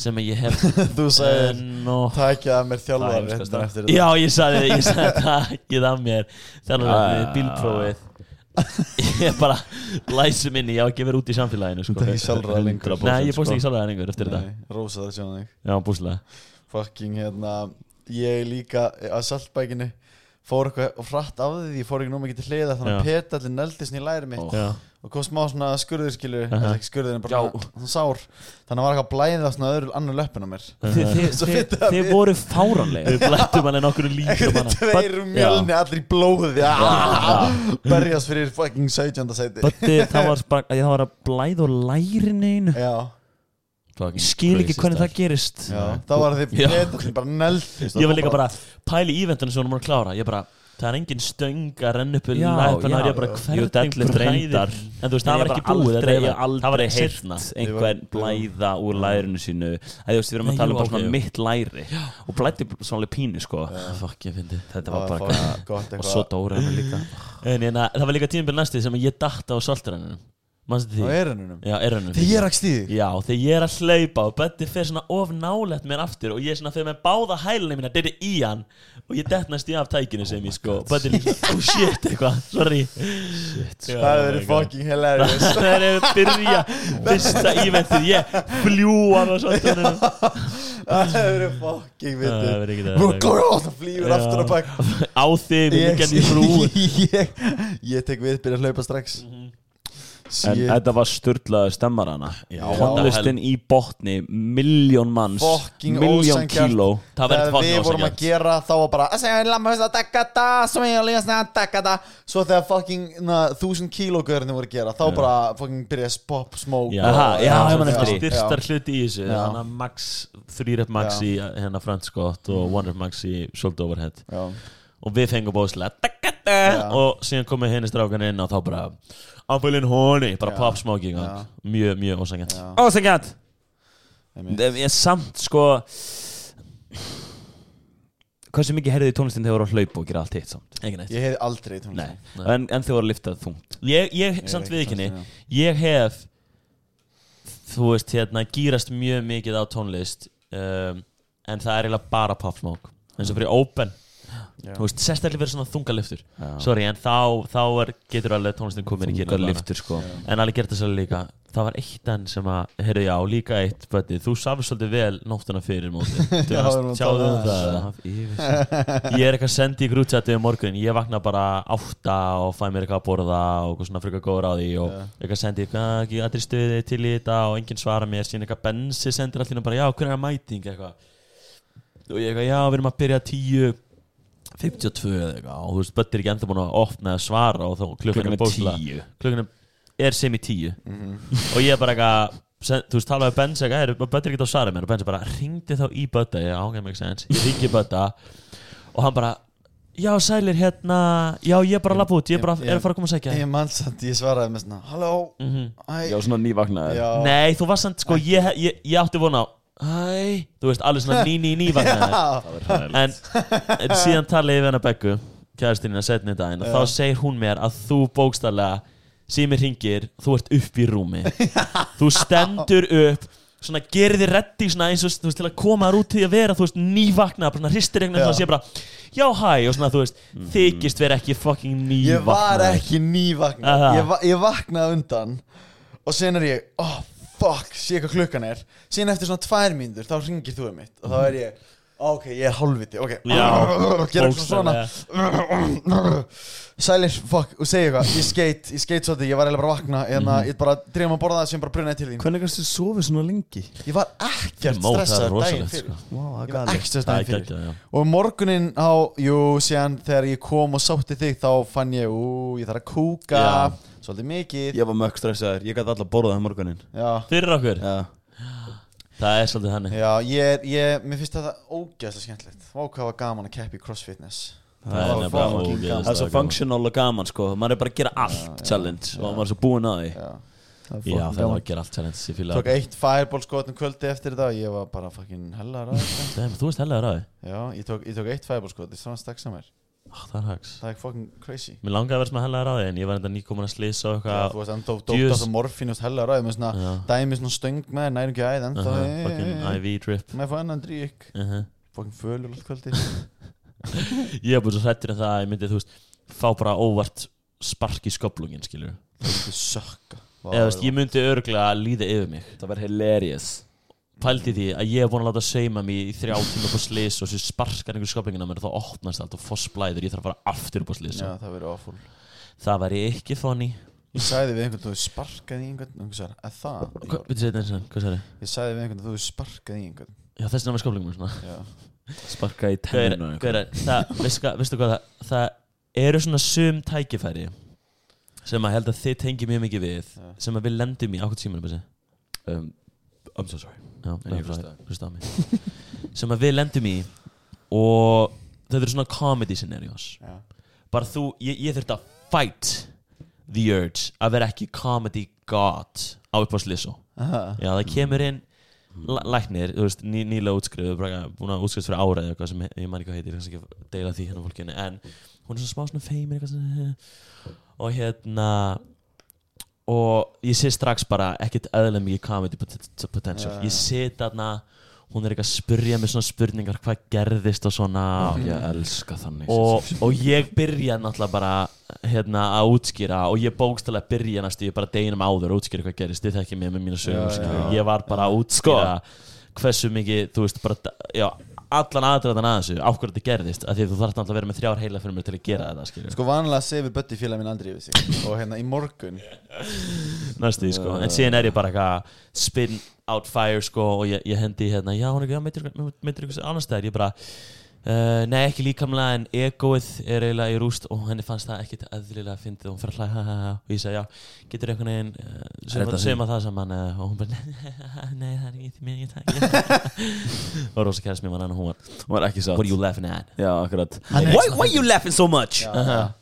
C: sem ég hef
A: þú sagðir
C: no.
A: takja að mér
B: Það er
A: þjálfar
B: heimskasta.
A: hérna eftir þetta
C: já ég sagði ég sagði takið af mér þegar við
B: Ah.
C: bílprófið ég bara læsum inn í ég á ekki að vera út í samfélaginu sko.
A: Þú ert ekki sjálfráða lengur.
C: Nei, ég búst ekki sjálfræða lengur eftir þetta
A: Nei, Rósa það sjónu þig
C: Já, bústlega
A: fucking hérna ég líka að saltbækinu fór eitthvað hratt af því ég fór ekki nú mikið til hliða þannig
C: Já.
A: að petallin neldist í læri mitt
C: Já.
A: og kom smá svona skurður skilur uh ekki skurður en bara
B: Já.
A: svona- svona sár þannig að var eitthvað blæðið á svona öðru annar löppin á mér
B: Þið, þið,
A: Svo
B: þið,
A: fyndið að
B: þið
A: við-
B: voru fáranlega
C: Við blættum alveg nokkur líka manna
A: tveir um mjölni allir í blóði Ah, berjast fyrir fucking 17. sæti
B: Bötti, það var, bara, ég, það var að blæða úr lærin einu
A: já,
B: Ég skil ekki hvernig það gerist
A: já, það var því
C: Já.
A: petallin bara neldist
C: Ég var líka bara pæli í íventunum sem hún var að klára Ég bara, það er engin stöng að renna upp í
B: Já,
C: læpina
B: já.
C: Ég bara,
B: Jú,
C: hvernig
B: deadlift reyndar.
C: En þú veist, það var ekki búið
B: aldrei,
C: að
B: ég
C: reyna.
B: hef aldrei
C: Það var ekki
B: heyrt
C: seinna.
B: einhvern blæða úr lærinu sínu Það þú veist, við erum
C: Nei,
B: að tala
C: jú,
B: um bara
C: ok,
B: svona
C: jú.
B: mitt læri og blætti svona alveg pínu sko
C: Ah, Fuck, ég fyndi
B: Þetta
A: það
B: var bara
A: fucking
B: eitthvað
A: gott
B: og svo
A: eitthvað
B: dóra hann líka
C: hérna, En ég, na, það var líka tímabil næsti sem ég datta á soltræninu Manstu
A: á
C: því?
A: erununum
C: Já, erunum
A: Þegar ég rakst í þig
C: Já, þegar ég er að hlaupa og Böddi fer svona of nálegt mér aftur og ég er svona fyrir með báða hælunum mína deyri í hann og ég detnast í af tækinu sem ég sko Böddi líka, oh shit eitthvað, sorry Shit
A: Það hefur verið fucking hilarious
C: Það er að byrja fyrsta íventið Ég fljúar og svona Það
A: Það hefur verið fucking
C: hefur
A: vitið
C: verið ekki
A: Bú, góð, það flýgur aftur á bak
C: Á þig, við
A: Ég,
C: liggja því frú
A: ég, ég tek við, byrja að hlaupa strax
C: Mhm.
B: En
A: Shit,
B: þetta var styrlaðu stemmar hana
A: Já.
B: Tónlistin í botni Miljón manns
A: Fucking
B: Miljón
A: ósanngjarnt.
B: kíló
C: Það verður
A: þegar
C: fucking
A: við vorum að
C: ósanngjarnt.
A: gera þá var bara að segja lamma fyrst að dekka það sem ég líka snæða að dekka það svo þegar fucking na, þúsund kílógörnum voru að gera þá bara fucking byrja að pop smoke
C: Já,
A: og-
B: Aha, já, ég man
C: svona
B: eftir því.
C: Styrtar hluti í þessu
A: Já.
C: Þannig að max, 3 rep max
A: Já.
C: í hérna front squat og 1 rep max í shoulder overhead
A: já.
C: og við fengum bóðslega takata, og síðan komið henni strákan inn og þá bara I'm feeling horny, bara pop smoking gang. mjög, mjög ósangjant
B: Ósengjant
A: Einmitt.
B: Ég samt sko Hversu mikið heyrðu í tónlistin þegar voru að hlaupa og gera allt hitt samt
C: ekki neitt
A: ég hef aldrei í tónlist
B: Nei, En, en þegar voru að lifta þungt
C: ég, ég samt
A: ekki
C: viðkynni
A: samstíga.
C: ég hef þú veist hérna gýrast mjög mikið á tónlist um, en það er eiginlega bara pop smoke eins og fyrir open þú veist sérstaklega fyrir svona þungaliftur sorry en þá, þá er, getur alveg tónlistin komin í kynni
B: Þungar liftur sko
C: en alveg gert þess að líka það var eitt enn sem að, heyrðu já, líka eitt bæti, þú safði svolítið vel nóttuna fyrir móti
A: Já, við erum að
C: tjáðu
A: tala
C: um
A: um
C: það eða? ég er eitthvað sendið í grútsættu um morgun ég vakna bara átta og fæ mér eitthvað að borða og eitthvað svona frika góður á því og eitthvað sendið, hvað ekki allir stuði til í þetta og enginn svarar mér, síðan eitthvað bensi sendir allir bara, já, hvernig er mæting eitthvað og ég eitthvað, já, við erum að byrja tíu 52 eða eitthvað og þú veist, Böddi er ekki enda búin að opna að svara og þá klukkan
B: Klukkan
C: er Mhm.
B: er
C: bókstala
B: tíu.
C: klukkan er- er sem í 10 og ég er bara eitthvað sen- þú veist, talaðu Benz eitthvað, er Böddi er ekki á svarið mér og Benz er bara, ringdi þá í Bödda ég ángæði mig ekki sens, ég ringi Bödda og hann bara, já sælir hérna, já ég er bara að labba út ég er bara, er að fara að koma að segja
A: ég mann samt, ég svaraði með svona halló Æ,
B: Mhm. Já, svona nývagnaði
A: já.
C: nei, þú varst samt, sko, ég, ég, ég átti vona á hæ, þú veist, alveg svona ný, ný, ný vaknaði en, en síðan tala ég við hennar Beggu kæristinina setni daginn og þá segir hún mér að þú bókstallega sími ringir, þú ert upp í rúmi þú stendur upp svona gerði reddi svona eins og þú veist, til að koma þér út til að vera þú veist nývakna, bara svona hristir einhvern veginn og sé bara já hæ og svona þú veist þykist vera ekki fucking nývakna
A: ég var ekki nývaknað
C: Aha.
A: ég, va ég vaknaði undan og sen er ég, oh fuck sé hvað klukkan er, sen eftir svona tvær mínútur þá ringir þú um mitt og þá er ég ok, ég er hálfviti, ok
C: Já,
A: gera eitthvað svona sælir, fuck, og segja eitthvað ég skeit, ég skeit svolítið, ég var eiginlega bara að vakna en
C: Mhm.
A: ég bara drefum að borða það sem bara brunaði til þín
B: Hvernig kannski sofið svona lengi?
A: ég var ekkert
C: Mó, það er
A: stressaður
C: rosalegt,
A: daginn fyrir
C: sko.
B: Vá,
A: ég var ekkert stressaður
C: það er
A: daginn fyrir
C: ekki já.
A: Og morgunin á, jú, síðan þegar ég kom og sátti þig þá fann ég, ú, ég þarf að kúka
C: Já.
A: Svolítið mikið
B: Ég var mökk stressaður, ég gæti alltaf borðað það morgunin
A: Já,
C: fyrir okkur,
B: Já,
C: það er svolítið þannig
A: já ég, er- ég, mér finnst þetta ógæðslega skemmtilegt Vá, hvað var gaman að keppa í crossfitness
C: það er
A: var
C: nefnilega
A: fucking
C: ógeðslega
A: gaman.
B: það er svo
C: gaman.
B: functional og gaman sko Maður er bara að gera allt challenge og maður er svo búinn að því
A: Já,
C: já það var að gera allt challenge ég fíla
A: Tók eitt fireball skotnum kvöldi eftir þetta og Ég var bara fucking hellar að þetta
C: Damn, þú veist helgaður á því
A: Já, ég tók, ég tók eitt fireball skot, það var stakk samar
C: Ah, Það er hags
A: Það er fucking crazy
C: Mér langaði að vera svona helgaður á því En ég var enda nýkomin að slýsa og
A: Já,
C: eitthvað
A: þú veist, ennþá
C: djöðs-
A: dópt á svo morfín og hellar að Með svona dæmi svona stöng með þér, næringi æð
C: Uh
A: Ennþá
C: -huh, Fucking
A: eh,
C: IV drip
A: Má ég fá annan drykk
C: uh
A: Fucking fölur allt kvöldi
C: Ég er búin svo hrættir en það að Ég myndi, þú veist Fá bara óvart spark í sköplungin, skilur
A: Þú sökka
C: Eða, þú veist, ég myndi örgulega að líða yfir mig
B: Það var hilarious
C: Pældi því að ég er búin að láta sauma mig í þrjá tíma upp á slýs Og svo sparkar einhver sköplungin á mér og Þá opnast allt og foss blæður Ég þarf að fara aftur upp á slýs
A: Já, það verið awful
C: Það væri ekki funny
A: Ég sagði við einhvern, þú hefur sparkað í einhvern og einhver sagði, að það
C: Hva- Bíddu, segðu þetta einu sinni, Hvað sér þið?
A: Ég sagði við einhvern, þú hefur sparkað í einhvern
C: Já, þessi námið sköplungum svona
A: Já,
B: Sparka í
C: Gauir,
B: tenninu
C: gauir, það, veistu, hvað- veistu hvað það, það eru svona sum tækifæri sem að held að þið tengi mjög mikið við sem að við lendum í ákvæmt símanum þessi
B: um, I'm so sorry
C: Já,
B: Nei, ég
C: það
B: hlusta.
C: er fræ- hlusta á mig sem að við lendum í og þetta eru svona comedy scenarios
A: Já.
C: bara þú, ég, ég þurfti að fight the urge að vera ekki comedy god á upp á slissu já, það kemur inn
B: Mm.
C: læ- læknir, þú veist, ný, nýlega útskrifu bara búin að útskrifast fyrir ára eða eitthvað sem ég, ég man ekki hvað heitir, kannski ekki að deila því hérna fólkinu en hún er svona smá svona feimir eitthvað svona og hérna og ég sé strax bara ekkert eðlega mikið comedy pot- potential ég sit þarna hún er eitthvað að spyrja mig svona spurningar hvað gerðist og svona
B: Ég elska þannig
C: og, og ég byrja náttúrulega bara hérna að útskýra og ég bókstælega byrja næstu ég bara deginum áður að útskýra hvað gerist þið þekkið mér með mína sögum skilurðu. ég var bara að
B: Sko.
C: útskýra hversu mikið þú veist bara já, allan aðdraðan að þessu á hverju þetta gerðist af því að þú þarf náttúrulega að vera með þrjár heila fyrir mér til að gera þetta skilur
A: Sko vanlega sefir Bötti félag minn andri yfir sig Og hérna í morgun
C: næstu því sko en síðan er ég bara eitthvað spin out fire sko og ég, ég hendi í hérna já hún er ekki, já, meitir meitir eitthvað annars stæðir ég bara uh, nei ekki líkamlega en egoið er eiginlega í rúst og henni fannst það ekkit eðlilega fyndið og hún fyrir að hlæja ha, ha, ha. og ég sagði já getur einhvern veginn uh, sem,
B: Redda því.
C: sem að það saman uh, og hún bara nei það er ekki því mér ekki það og rosa kærast mér var hann og hún var
B: Hún var ekki
C: what are
B: satt
C: you laughing at
B: Já, akkurat Why, why you laughing so much?
C: Uh-huh.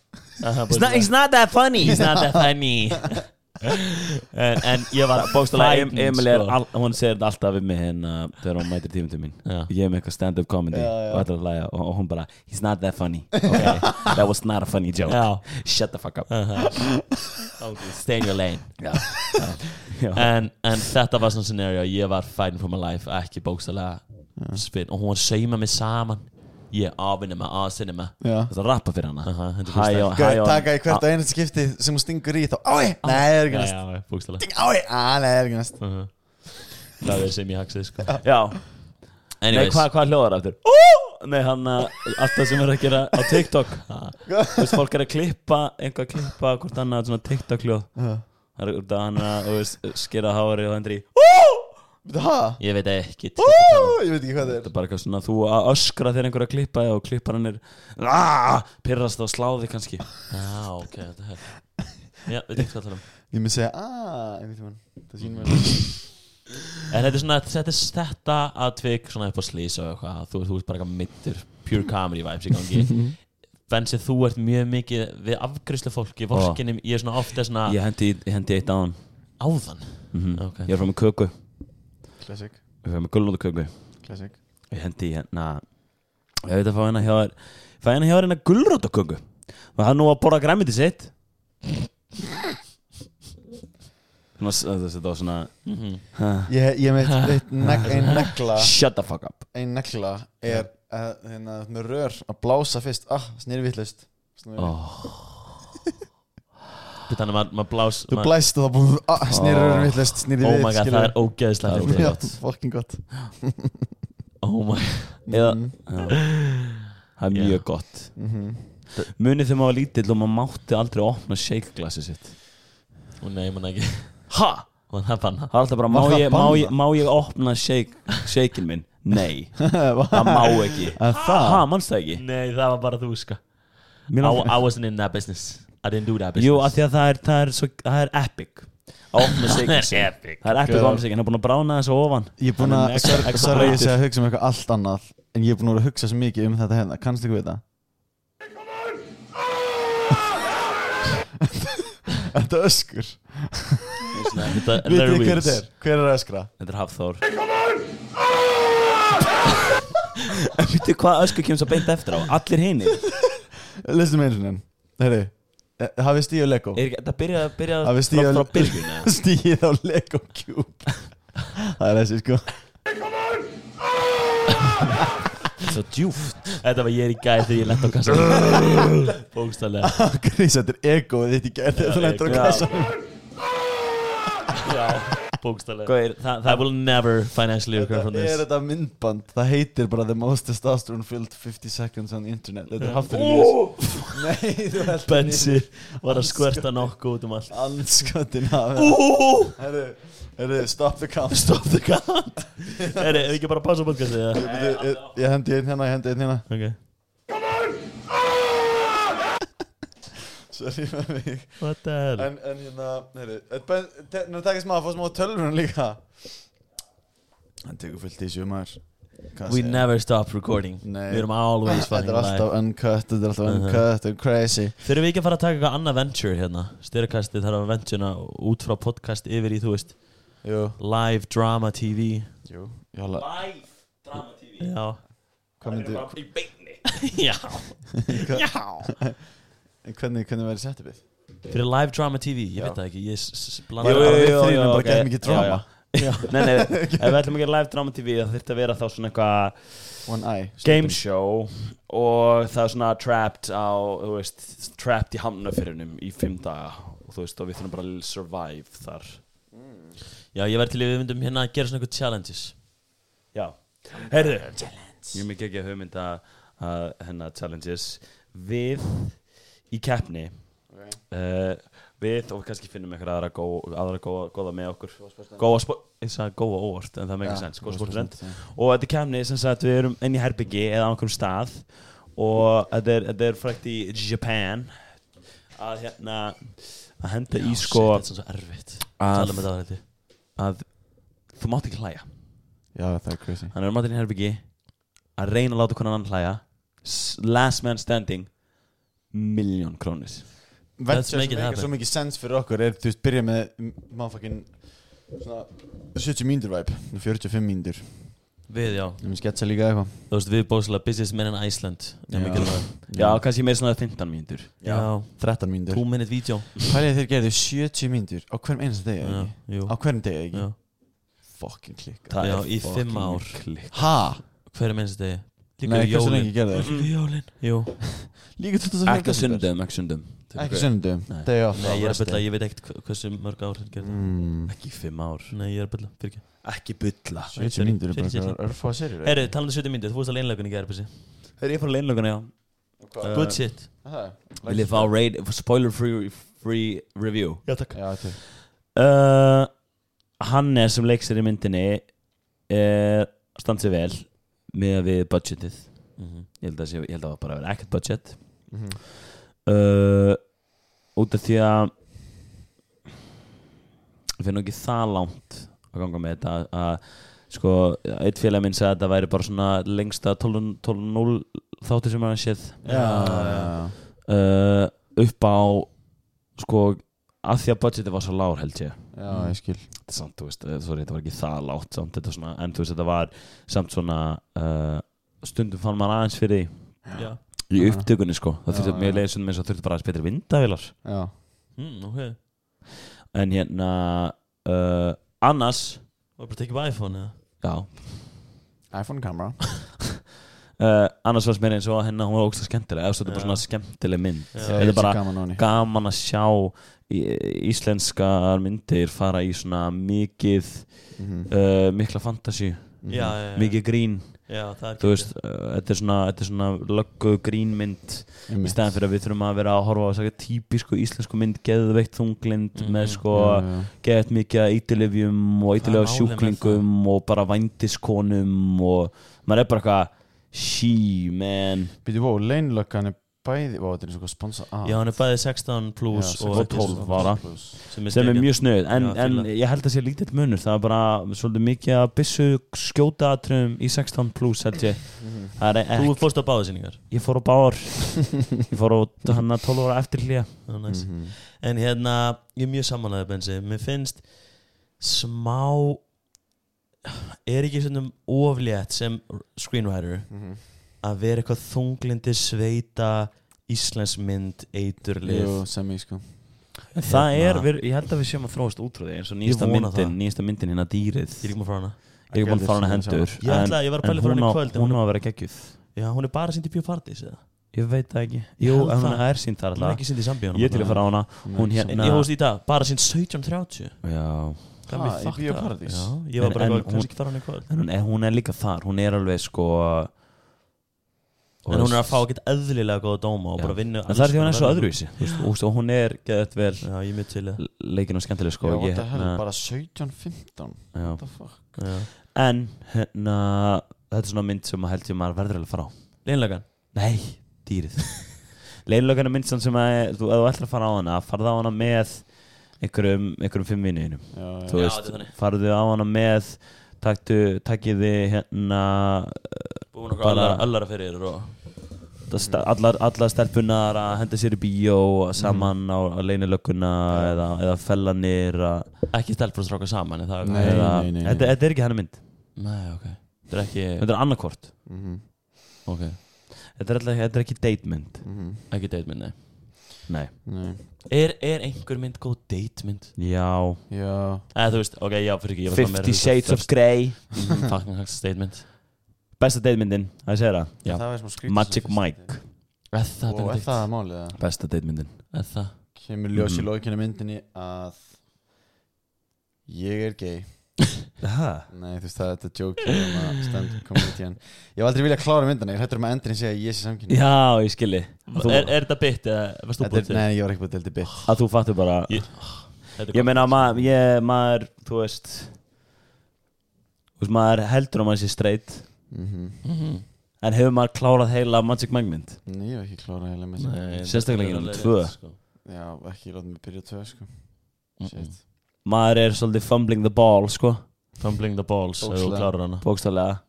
C: it's, not, it's not that funny it's not that funny en, en ég var
B: Bókstæðlega em,
C: frightened,
B: Emil er
C: sko.
B: all, Hún segir þetta alltaf við mig hérna Þegar hún mætir tímum til mín
C: Já.
B: Ég er með eitthvað stand-up comedy
A: já.
B: Og þetta er að hlæja og, og hún bara He's not that funny okay. That was not a funny joke
C: Já.
B: Shut the fuck up
C: stay in your lane
B: Já. Já.
C: en, en þetta var svona scenario ég var fighting for my life ekki bókstælega spinn og hún var að sauma mig saman ég afinna mig, aðsinna mig
A: Já
B: Það er að rappa fyrir hana
C: Aha, 100%.
B: Hæ og- hæ
A: Gau,
B: og-
A: taka í hvert einast skipti sem hún stingur í þá Ái, nei, það er ekki
C: Ah. Já,
A: næst
C: já, Mm. bókstælega
A: Ái, á, nei, það er ekki næst
C: það er sem ég haksið sko.
B: Já Nei,
C: anyways,
B: hvað hva hljóðar aftur? Ó! Nei, hann uh, alltaf sem er að gera á TikTok Þú veist, fólk er að klippa einhver að klippa hvort annað svona TikTok hljóð Það er út af hann að þú veist, skera hári og hendri í. Ó!
A: Ha?
C: ég veit ekki
A: Ú, Ég veit ekki hvað það
B: Þetta
A: er
B: er bara eitthvað svona þú að öskra þegar einhver er að klippa þig og klippar hann er aah, pyrrast og sláði kannski
C: já, ok þetta er- já, veit ekki hvað það er um
A: Ég mun segja, aaa, einhvern tímann Það sýnum mér
C: En þetta er svona, þetta er þetta atvik svona upp á slís og eitthvað þú, þú ert bara eitthvað mittur, pure comedy vibes í gangi Bensi, þú ert mjög mikið við afgriðslu fólki, vorkinum ég er svona ofta svona
B: Ég hendi, ég hendi eitt á hann
C: áðan
B: Ég
C: okay.
B: er frá með köku,
A: Classic,
B: ég er frá með gulnóðu köku
A: classic
B: ég hendi í hérna ég veit að fá hérna hjá þér fæ hérna hjá þér hérna gulrótaköngu og það er nú að borða græmiti sitt Nú, s- þú veist, þetta var svona
A: Ég ég veit, veit, neg- ein negla
B: shut the fuck up
A: Ein negla er að, hérna, með rör að blása fyrst Ah, snýri vitlaust Þú
C: Þannig að maður mað blás ma
A: blæst og þá búið, ah, snýri rör vitlaust Snýri
C: Oh
A: við,
C: my god, það er ógeðslega
A: skilurðu. Já,
C: erfitt.
A: fucking gott
C: Oh my
B: Eða, Mm-hmm. Mm-hmm. já, það er mjög
C: Já.
B: gott munið þegar maður var lítill og maður mátti aldrei opna shake-glasi sitt
C: Ó, Nei, mann ekki
B: ha?
C: Man það banna
B: það er alltaf bara, má
A: Var það
B: ég, má,
A: bannað?
B: ég, má ég opna shake, shake-in minn? nei,
A: Það
B: það má ekki ha, mannst það ekki?
C: Nei, það var bara þú sko I,
B: Mér langar-
C: I wasn't in that business I didn't do that business
B: Jú, af því að það er, það er, svo, það er epic Að opna sig
C: Það er epic
B: Það er epic að opna sig, hann er búin að brána þessu ofan
A: Ég er búin
B: Hann
A: að,
B: er með
A: sorry,
B: extra
A: sorry ég
B: brautir.
A: sé að hugsa um eitthvað allt annað En ég er búin að vera að hugsa svo mikið um þetta hérna Kannst ekki við það? Þetta er öskur
C: Þetta
A: Vitið
C: Larry
A: þið hver
C: Wills.
A: þetta er? Hver er að öskra?
B: Þetta er Hafþór Vitið hvað ösku kemur svo beint eftir á? Allir hinir Er
A: Listum einhvern Herri, eh, hafið stíð og Lego
B: ekki- Þetta byrjaði byrja
A: Hafið
B: frá,
A: stíð
B: frá
A: og
B: byrjun eða?
A: Stíð á Lego Cube Það er þessi sko
B: Svo djúft
C: Þetta var ég er í gæð þegar ég lent á kassa Bókstælega
A: Grís, þetta er ego þitt í gerð Þetta er þetta á
B: ego.
A: kassanum
C: Bókstælega
B: Gauir, það,
C: I
B: það
C: will never financially recover from
A: Þetta er
C: this
A: þetta myndband Það heitir bara The most testosterone filled 50 seconds on the internet Þetta er hafður Nei, þú heldur
C: Bensi var að skverta nokkuð út um allt
A: Anskotin af Herru, herru, stop the count
C: Stop the count Eri, ef ekki bara að passa podcastið eða?
A: Nei, ég, ég hendi einn hérna, ég hendi einn hérna
C: Ok
A: Sorry með mig
C: What the hell
A: En, en hérna, herru Nú takk smá, fá smá tölvunum líka Hann tekur fullt í sjömaður
C: We never stop recording
A: Nei.
C: Við erum always
A: Þetta er
C: fucking Uh-huh.
A: alltaf
C: live
A: uncut, þetta er alltaf uncut and crazy
C: Þurfum við ekki að fara að taka eitthvað annað venture hérna Styrkastið þarf að venturena út frá podcast yfir í, þú veist
A: Jú,
C: Live drama TV
A: jú, ég hala
C: Já
A: Hvað myndi,
C: Já
A: en hvernig, hvernig væri setupið?
C: Fyrir live drama TV, ég veit það ekki Ég s- s- blanda
A: Jú, jú,
C: það.
A: jú. við þrýrum bara gerðum ekki drama.
B: já, já. nei, nei, ef við ætlum að gera live drama TV það þurfti að vera þá svona eitthvað
A: One Eye
B: game show og það er svona trapped á, þú veist, trapped í hamnafyrinum í fimm daga og þú veist, og við þurfum bara að survive þar
C: Já, ég væri til í við myndum hérna að gera svona eitthvað challenges
B: já, herðu mjög mikið ekki að hugmynda að hennar challenges við í keppni uh, við og kannski finnum einhverja aðra, gó, aðra góða, góða með okkur góða sport ég sagði góða óvart en það meikir
A: Já,
B: sens
A: góða
B: góða sportrend og þetta er keppni sem sagt við erum inn í herbyggi eða á einhverjum stað og þetta er, þetta er frækt í Japan að hérna að henda í sko
C: Shit, Þetta er svo erfitt
B: Að-
C: Tala um þetta áhætti
B: að þú mátt ekki hlæja
A: Já, það er crazy
B: Hann er matinn í herbyggi að reyna að láta hvernig annan hlæja S- Last man standing Miljón krónis
A: Venture sem
C: make it
A: meikar
C: happen.
A: svo mikið sens fyrir okkur er, þú veist, byrja með mannfakkin svona 70 mínútur væp 45 mínútur
C: Við, já
A: Ég mun sketsa líka eitthvað
C: Þú veist, við bóðslega Business Men in Iceland Já,
A: Já.
B: Já, kannski meira svona 15 mínútur
C: já. já
A: 13 mínútur
C: Two minute video
A: Pælið þeir gerðu 70 mínútur á hverjum einasta degi eða
C: Já,
A: ekki?
C: jú
A: Á hverjum degi eða ekki?
C: Já.
A: Fucking klikka
C: Já, í
B: fucking
C: fimm ár
B: klikk.
A: Ha?
C: Hver er minnst degi?
A: Nei, hversu lengi gerðu þeir?
C: Líka jólin Jú
A: Líka 24.
B: Ekki á sundum, ekki á sundum
A: Ekki sunnundum
B: Nei.
A: Degi off
C: Nei, ég er að byrla, ég veit ekkert hva- hversu mörg ár hann gerði
A: Mm,
B: Ekki í fimm ár
C: það. Nei, ég er að byrla, fyrir ekki
A: 70 mínútur er bara
C: 70.
A: eitthvað örfáða serjur
C: Herri, talandi um 70 myndir, þú veist að leinlegunni gerði þessi
B: Þegar ég fór að leinlöguna, já
C: Good shit
B: Vil ég fá raid, spoiler free, free review
C: Já, takk
A: Já, þetta er-
B: uh, Hannes sem leiksir í myndinni er stand sér vel með við budgetið ég, held að sé, ég held að það bara verið ekkert budget
A: Mhm.
C: Mhm.
B: uh, út af því að ég finn nú ekki það langt að ganga með þetta að- að sko, eitt félag minn sagði að þetta væri bara svona lengsta 12 12-0 þáttir sem hann séð
A: Já,
B: uh, upp á sko, að því að budgetið var svo lár held ég
A: já, já,
C: Mhm.
A: ég skil
B: þetta er samt, þú veist, eh, sorry, þetta var ekki það látt samt, þetta var svona, en þú veist, þetta var samt svona, uh, stundum fann maður aðeins fyrir því
C: Já
B: í upptökunni, sko, það þurfti,
A: Já,
B: mér
A: já.
B: leiði svona eins og þurfti bara aðeins betri vindavilar,
A: Já,
C: Mm, ok Það
B: en hérna uh, annars,
C: var bara að tekja upp iPhone eða
B: já
A: iPhone kamera
B: uh, annars varst mér eins og hennar, hún var ógst að skemmtilega, eða þetta er bara svona skemmtileg mynd
C: Já.
B: þetta er bara
A: gaman á henni
B: gaman að sjá í- íslenskar myndir fara í svona mikið
A: Mhm.
B: uh, mikla fantasíu,
A: Mm.
C: Já, já, já
B: mikið grín
C: Já, það er
B: þú veist, uh, þetta er svona, þetta er svona löggu grínmynd í staðan fyrir að við þurfum að vera að horfa á þess að típisku íslensku mynd geðveikt þunglind með sko
A: Mm, já.
B: geðt mikið að eitilifjum og
C: Það
B: eitilega
C: er málið með
B: sjúklingum og bara vændiskonum og maður er bara eitthvað she man
A: Býtu, wow, leinlökkan er bæði Wow, þetta er eins og hvað sponsa
C: Já, hann er bæði 16 plus
A: Já,
C: og
B: 16
C: 12
B: ára.
C: sem er,
B: sem er
C: geggjað.
B: mjög snöð en,
C: Já, fíla.
B: en ég held að sé lítill munur það er bara svolítið mikið að byssu skjótaatrum í 16 plus held ég
A: Mhm.
B: það er
C: Þú
B: ekki
C: fórst á báðsýningar
B: ég fór á báðar ég fór á hann að 12 ára eftir hlýja
C: oh, nice.
B: Mhm.
C: En hérna, ég er mjög samanlega bensi Mér finnst smá Er ekki svona oflétt sem screenwriter
B: Mhm.
C: að vera eitthvað þunglindi sveita Íslensk mynd, eiturlif
A: Jú, sem ég sko
B: það
C: Hérna.
B: er, við, ég held að við séum að þróast útrúði eins og nýjasta
C: vona
B: myndin,
C: það.
B: nýjasta myndin hérna dýrið
C: Ég er ekki maður frá hana
B: ég er búin að fara hana hendur
C: Ég ætlaði- ég var að pæla í að fara
B: hún,
C: hana í
B: á,
C: kvöld, en
B: hún á að vera geggjuð
C: Já, hún er bara sýnd í Bíóparadís eða
B: ég veit það ekki,
C: Ég
B: jú,
C: held
B: en
C: það.
B: hún er sínt þar
C: Hún er
B: alltaf
C: ekki sýnd í Sambíónum
B: ég er til að fara á hana, hún
C: En
B: hérna
C: ég hóðst í dag, bara sýnd 17.30
B: já,
C: Það
A: Ha,
C: er mér
A: í
C: fakt
A: Bíóparadís?
C: Já, ég var
B: En-
C: bara
B: en
C: eitthvað,
B: hún-
C: kannski fara á hana í kvöld
B: en hún er, hún er líka þar hún er alveg sko
C: En hún er að fá ekkert eðlilega góða dóma og bara vinna
B: en það er því hún er svo öðruvísi þú veist, og- og hún er geðið vel
C: Já, ég er mjög til í það
B: leikin og skemmtileg sko
A: Já, what
B: ég,
A: the hell,
B: hérna,
A: bara 17-15 What
B: já.
A: the fuck
C: Já.
B: en hérna þetta er svona mynd sem að held ég maður verður alveg að fara á
C: Leinlegan
B: Nei, dýrið Leilögan er myndstann sem að þú, að þú ætlar að fara á hana farðu á hana með einhverjum, einhverjum fimm vinninum
A: Já, já.
B: þú
C: Já,
B: veist,
C: þetta er þannig.
B: farðu á hana með taktu, takkið þið hérna
C: Búin okkur
B: Bara-
C: allara, allara fyrir þér og
B: það sta- allar, allar stelpunar að henda sér í bíó saman á, á leinilögguna eða, eða fellanir að,
C: Ekki stelpur að stráka saman er það
A: Nei.
B: eða,
A: nei, nei.
B: Þetta, þetta er ekki hennar mynd
C: nei, ok Það er ekki,
B: þetta er annarkvort
A: Mhm.
C: ok
B: þetta er, alltaf, þetta er ekki date mynd
C: Ekki date minn, nei
B: Nei
A: mhm. Nei.
C: er, er einhver mynd góð date mynd?
B: Já
A: Já,
C: Eða þú veist, ok, já, fyrir ekki ég var
B: Fifty Shades of Grey
C: um Fucking Hugs statement
B: Besta datemyndin, það er séra
C: Já.
A: það er smá skrítið
B: Magic Mike
C: Eða,
A: Og er það málið það?
B: Besta datemyndin
C: Eða
A: Kemur ljós í lókinu myndinni að Ég er gay
B: Það
A: Nei, þú veist það, þetta er joke um að stand comedian Ég hef aldrei viljað klára myndina, ég er hættur um að endurinn segja að ég sé samkynni
B: Já, ég skilji Þú-
C: Er, er þetta bytt eða varst þú
A: Þetta
C: búið
A: er,
C: til?
A: nei, ég var ekki búin til þetta bit
B: Að þú fattu bara
C: Ég- Þetta er
B: Ég
C: gott.
B: meina maður, ég, maður, þú veist Þú veist, maður heldur um að maður sé straight
A: Mhm.
B: En hefur maður klárað heila Magic Mike mynd
A: Nei, ég hef ekki klárað heila myndina
C: Nei,
B: Sérstaklega ekki
C: þetta er
B: númer
C: alveg
B: tvö.
C: rétt, sko.
A: Já, ekki, látum við byrja á tvö, sko Shit
B: Maður er svolítið fumbling the ball, sko
C: Fumbling the balls ef þú
A: Bókslega.
C: klarar hana
B: Bókstálega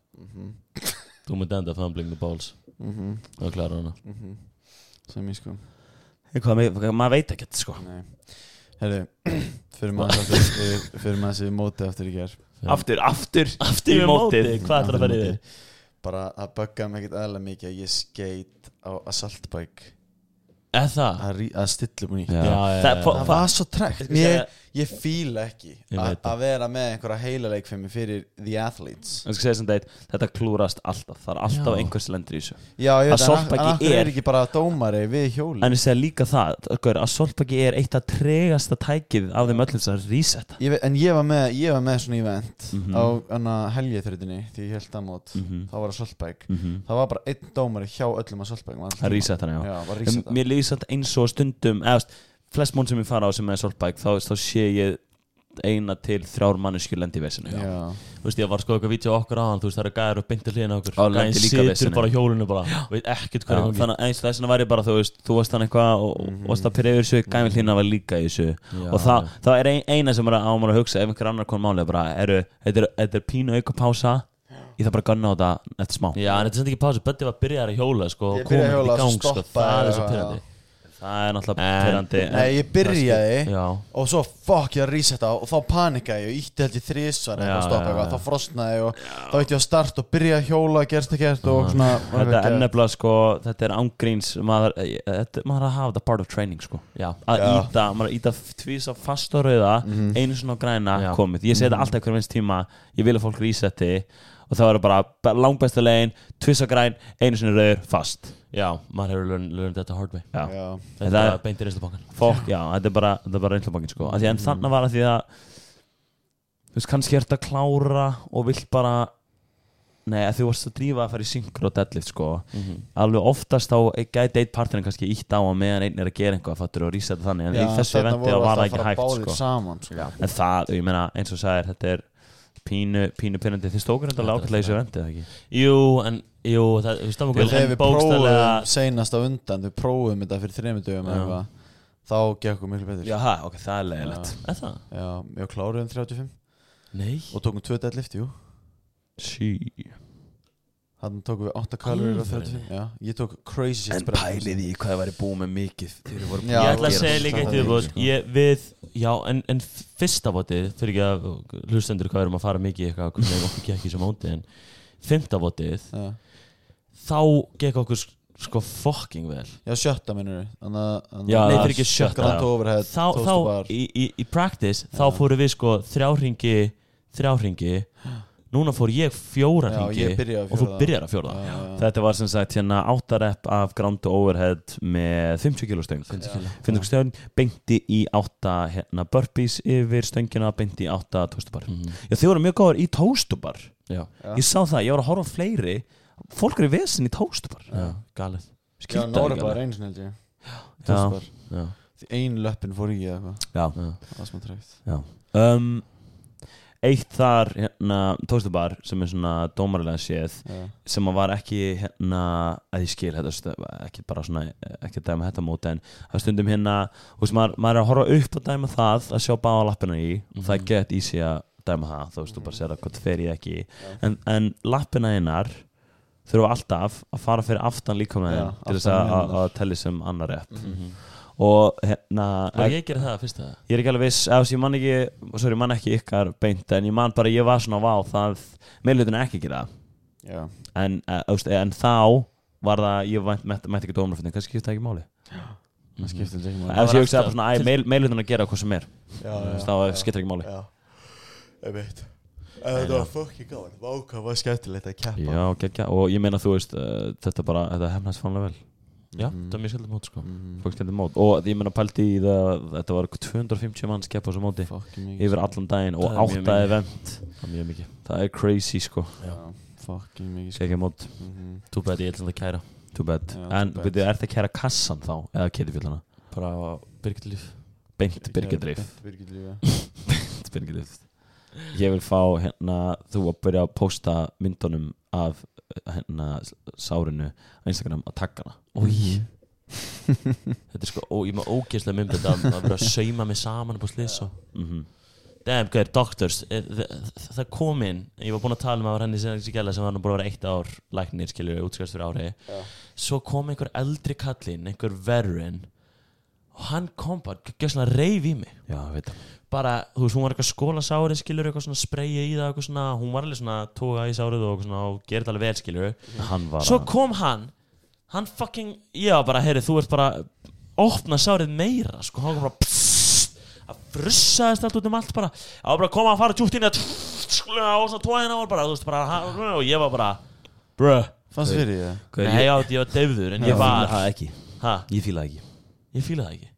C: Þú mynd enda fumbling the balls
A: Mhm,
C: ef þú klarar hana
A: mhm Sem ég sko,
B: Eitthvað, maður- maður veit ekkert, sko
A: nei Herru, fyrir maður þessi Fyrir maður þessi móti aftur í gær
B: Aftur, aftur
C: Aftur í móti, hvað ætlar að fara í þig?
A: Bara að bugga mig ekkert aðlega mikið að ég skeit á assaultbæk
C: Eða
A: að, rí- að stilla upp hún í
B: Ah. Já,
C: Já, já,
B: Það-
C: já,
B: fó-
C: já.
A: Það
B: fó-
A: var svo trekt
B: segja-
A: Ég, ég fíla ekki
C: Ég
A: að
C: veit það.
A: að vera með einhverja heilaleik fyrir mig fyrir The Athletes
B: Ég skal segja sem þetta, þetta klúrast alltaf Það er alltaf
C: Já.
B: einhvers lendur í þessu
A: Já, ég veit
B: Assault
A: að
B: bike
A: hann akkur
B: er-
A: er ekki bara dómari við hjóli
B: En ég segja líka það, gaur, að solpaki er eitt að tregasta tækið af þeim öllum sem er resetta
A: ég veit, En ég var með, ég var með svona event
B: Mhm.
A: á hana, helgithrutinni því ég held að mót þá var assault bike það var bara einn dómari hjá öllum assault bike var
B: Það er resetana, já.
A: Mhm. Já, bara resetta.
B: En Mér lýst þetta eins og stundum eða þú veist, flest món sem ég fara á sem er solpæk þá, þá sé ég eina til þrjár manneskjur lendi í vesinu
A: Já,
C: Þú veist, ég var sko eitthvað vídeo á okkur á hann Þú veist, það eru gæður og beinti hliðin á okkur
B: Á, lendi
C: Gæinn
B: líka
C: situr
B: vesenið.
C: bara á hjólinu bara Veit ekkert hvað er í gangi.
B: þannig að eins og þess vegna var ég bara þú veist þú varst þannig eitthvað og,
A: Mhm.
B: og varst að pyrja yfir þessu gæmi hlýna var líka í þessu og það, það er ein, eina sem er að ámur að hugsa ef einhver annar kom málið bara eru þetta er, þetta er pínu auka pása ég þarf bara að gunna á þetta eftir smá
C: Já, en þetta er samt ekki pásu, Böddi var byrjar að hjóla sko,
A: Ég
C: og
A: byrjaði
C: komið
A: að
C: í
A: hjóla,
C: gang
A: svo
C: sko,
A: stoppaði,
C: það er svo
A: já,
C: pyrrandi
B: það er náttúrulega
C: En-
B: pyrrandi
A: Nei, ég byrjaði
C: Já,
A: og svo fuck ég að resetta og þá panikaði ég og ítti held ég þrísvar
C: Já,
A: eitthvað stoppa
C: já,
A: eitthvað,
C: já.
A: þá frosnaði ég og þá ætti ég að start og byrja að hjóla gerst ekki gert og svona
B: Þetta er nefnilega sko, þetta er ángríns maður, eh, þetta, maður er að hafa þetta part of training sko
C: já,
B: að
A: Já.
B: íta, maður er að íta tvisa fast og rauða einu svona á græna
C: Já.
B: komið ég segi þetta alltaf hverjum eins tíma, ég vil að fólk reseti og það verður bara be- langbesta legin tvisa græn, einu svona rauður fast
C: já, maður hefur learn- learned þetta hard way
B: já,
A: Já,
C: Þetta
B: Það
C: er
B: er-
C: beinti reynslubankan
B: fólk, já, þetta er bara, þetta er bara reynslabankin sko, að því en þannig var að því að þú veist, kannski er þetta klára og vilt bara Nei, að þú varst að drífa að fara í synkur og deadlift sko Alveg oftast þá gæti eitt parturinn kannski ítt á að meðan einn er að gera eitthvað Fattur og rísa þetta þannig En
A: Já,
B: í þessu
A: þarna
B: eventi
A: voru
B: þá var það
A: alltaf
B: ekki
A: að fara
B: hægt
A: báðir
B: sko
A: saman, sko.
B: En það, ég meina, eins og sagðir, þetta er pínu, pínu pyrrandi. Þið stókur þetta alveg ágætlega í þessu vendið, ekki?
C: Jú, en, jú, það, þú veist, það var
A: Þegar
C: en
A: við prófum seinast á undan við prófum þetta fyrir þreymur dögum eða eitthvað, þá gekk okkur miklu betur sko.
B: Já, ha, ok, það er leiðilegt.
C: Er það?
A: Já, ég um kláruðum 35
C: Nei
A: og tókum 2 deadlift, jú
B: Sí.
A: Þannig tókum við 8 kalorir og 35 Já, ég tók crazy shit sko. spread.
B: í hvað það væri búið með mikið þegar þið voru
A: Já,
C: Ég ætla að
A: gera
C: segja
A: það.
C: líka eitt
A: Það er
C: yfirbúð
A: sko.
C: Ég við, já, en, en fyrsta votið Fyrir ekki að hlustendur hvað við erum að fara mikið í Eitthvað, hvernig okkur gekk í sem ándi En fymta votið
A: Já,
C: Þá gekk okkur sko fucking vel
A: já sjötta minnur Þannig
B: Já,
A: að
C: Nei, fyrir ekki sjötta
A: Grand overhead,
C: Þá,
A: toast
C: þá
A: to bar
C: í, í, í practice, þá fóru við sko þrjáringi, þrjáringi Núna fór ég fjóra
A: Já,
C: ringi
A: ég byrjaði á
C: Og þú
A: fjórða.
C: byrjar að fjóra já,
B: Þetta var sem sagt hérna áttarepp af ground overhead með 50 kilo stöng 50 kilo stöng, beinti í átta hérna burpees yfir stöngina beinti í átta tóstubar Já, þið voru mjög góður í tóstubar
C: Mhm. já,
B: Ég sá það, ég var að horfa á fleiri Fólk eru í vesen í tóstubar
C: já, galið
A: Já,
B: Skiltaði
A: Nóra bara eins held ég
B: Já.
A: Toast bar.
C: já.
A: Því Ein löppin fór í eða eitthvað
B: Já,
A: Það var smá tregt
B: um, Eitt þar hérna, tóstubar sem er svona dómarilega séð sem að var ekki hérna að ég skil þetta stu- ekki bara svona ekki að dæma þetta móti en það stundum hérna þú veist, maður, maður er að horfa upp að dæma það að sjá báða lappina í og
A: Mhm.
B: það er gett í sig að dæma það þú veist þú bara sér að hvað fer ég ekki en, en lappina einar þurfa alltaf að fara fyrir aftan líka með
A: Já,
B: þeim til þess
A: aftan Mhm.
B: að,
A: með
B: að, að telli sem annar rep og hérna
C: Var ég að gera það fyrst það?
B: Ég er ekki alveg viss, eða þú veist, ég man ekki, sorry, ég man ekki ykkar beint en ég man bara, ég var svona vá, það, meðlutin ekki ekki það eh,
A: Já,
B: en, uh, en þá var það, ég vænt, mætti, mætti ekki dómarfundin, kannski skipta það ekki máli
A: það skiptir þetta ekki
B: Ef
A: máli
C: var
B: ég hugsaði
C: alltaf-
B: bara svona, æ, meil- meilhlutin að gera hvað sem er
A: Já,
B: Þú
A: já,
B: veist, Þá
A: já.
B: skiptir ekki máli
A: Já, ég veit En þetta var fucking gáðan, váka var skemmtilegt að keppa
B: Já, geggja, og ég meina þú veist uh, þetta bara, þetta hefnast fannlega vel
C: Já,
A: Mhm,
C: það er mjög skildið mót sko
B: fólk stendið mót, og ég meina pælti í það þetta var 250 mann skepp á þessu móti
A: Fucking mikið
B: yfir allan daginn og
C: Það er mjög
B: átta
C: mikið.
B: event
C: Það er mjög mikið
B: það er crazy sko,
A: Fucking mikið sko
B: geggja mót
C: Too bad ég ætlum það að kæra
B: too bad,
A: Já,
B: en
A: too bad.
B: byrju, er það kæra kassan þá, eða kettufjöldana
C: Bara á Birgitlíf
B: beint byrgedrif
A: Birgit Lífa
B: Spyrgilið Ég vil fá hérna þú að byrja að posta myndunum af hérna sárinu á Instagram að taka hana
C: Új Þetta er sko, ó, ég er með ógeðslega myndið að að vera að sauma mig saman upp á slis og
B: Mhm.
C: Damn, hvað er doctors eh, þ- þ- Það kom inn, ég var búinn að tala um að var henni sem sem gæla sem var nú búin að vera eitt ár læknir, skiljur, útskjast fyrir ári Svo kom einhver eldri kallinn, einhver verurinn og hann kom bara, gjössalega reyf í mig
B: Já, veit það
C: bara, þú veist, hún var eitthvað skóla sárið skilur, eitthvað svona spreyja í það, eitthvað svona hún var alveg svona toga í sárið og, eitthvað svona, og gerði þetta alveg vel skilur
B: Hann var
C: Svo kom hann Hann fucking, já bara, heyri, þú ert bara Opna sárið meira Sko, hann kom bara pssst, Að frussaðist allt út um allt bara Það var bara að koma að fara tjúft inn í það, Skilur það og svona tóðina var bara, þú veist, bara hann- Og ég var bara, bruh
A: Fannst fyrir ég það?
B: Hvað er-
C: Nei, já, ég var deyfður En
B: ég
C: ég
B: fíla
C: var,
B: það ekki
C: ha,
B: Ég fíla það ekki
C: ég fíla það ekki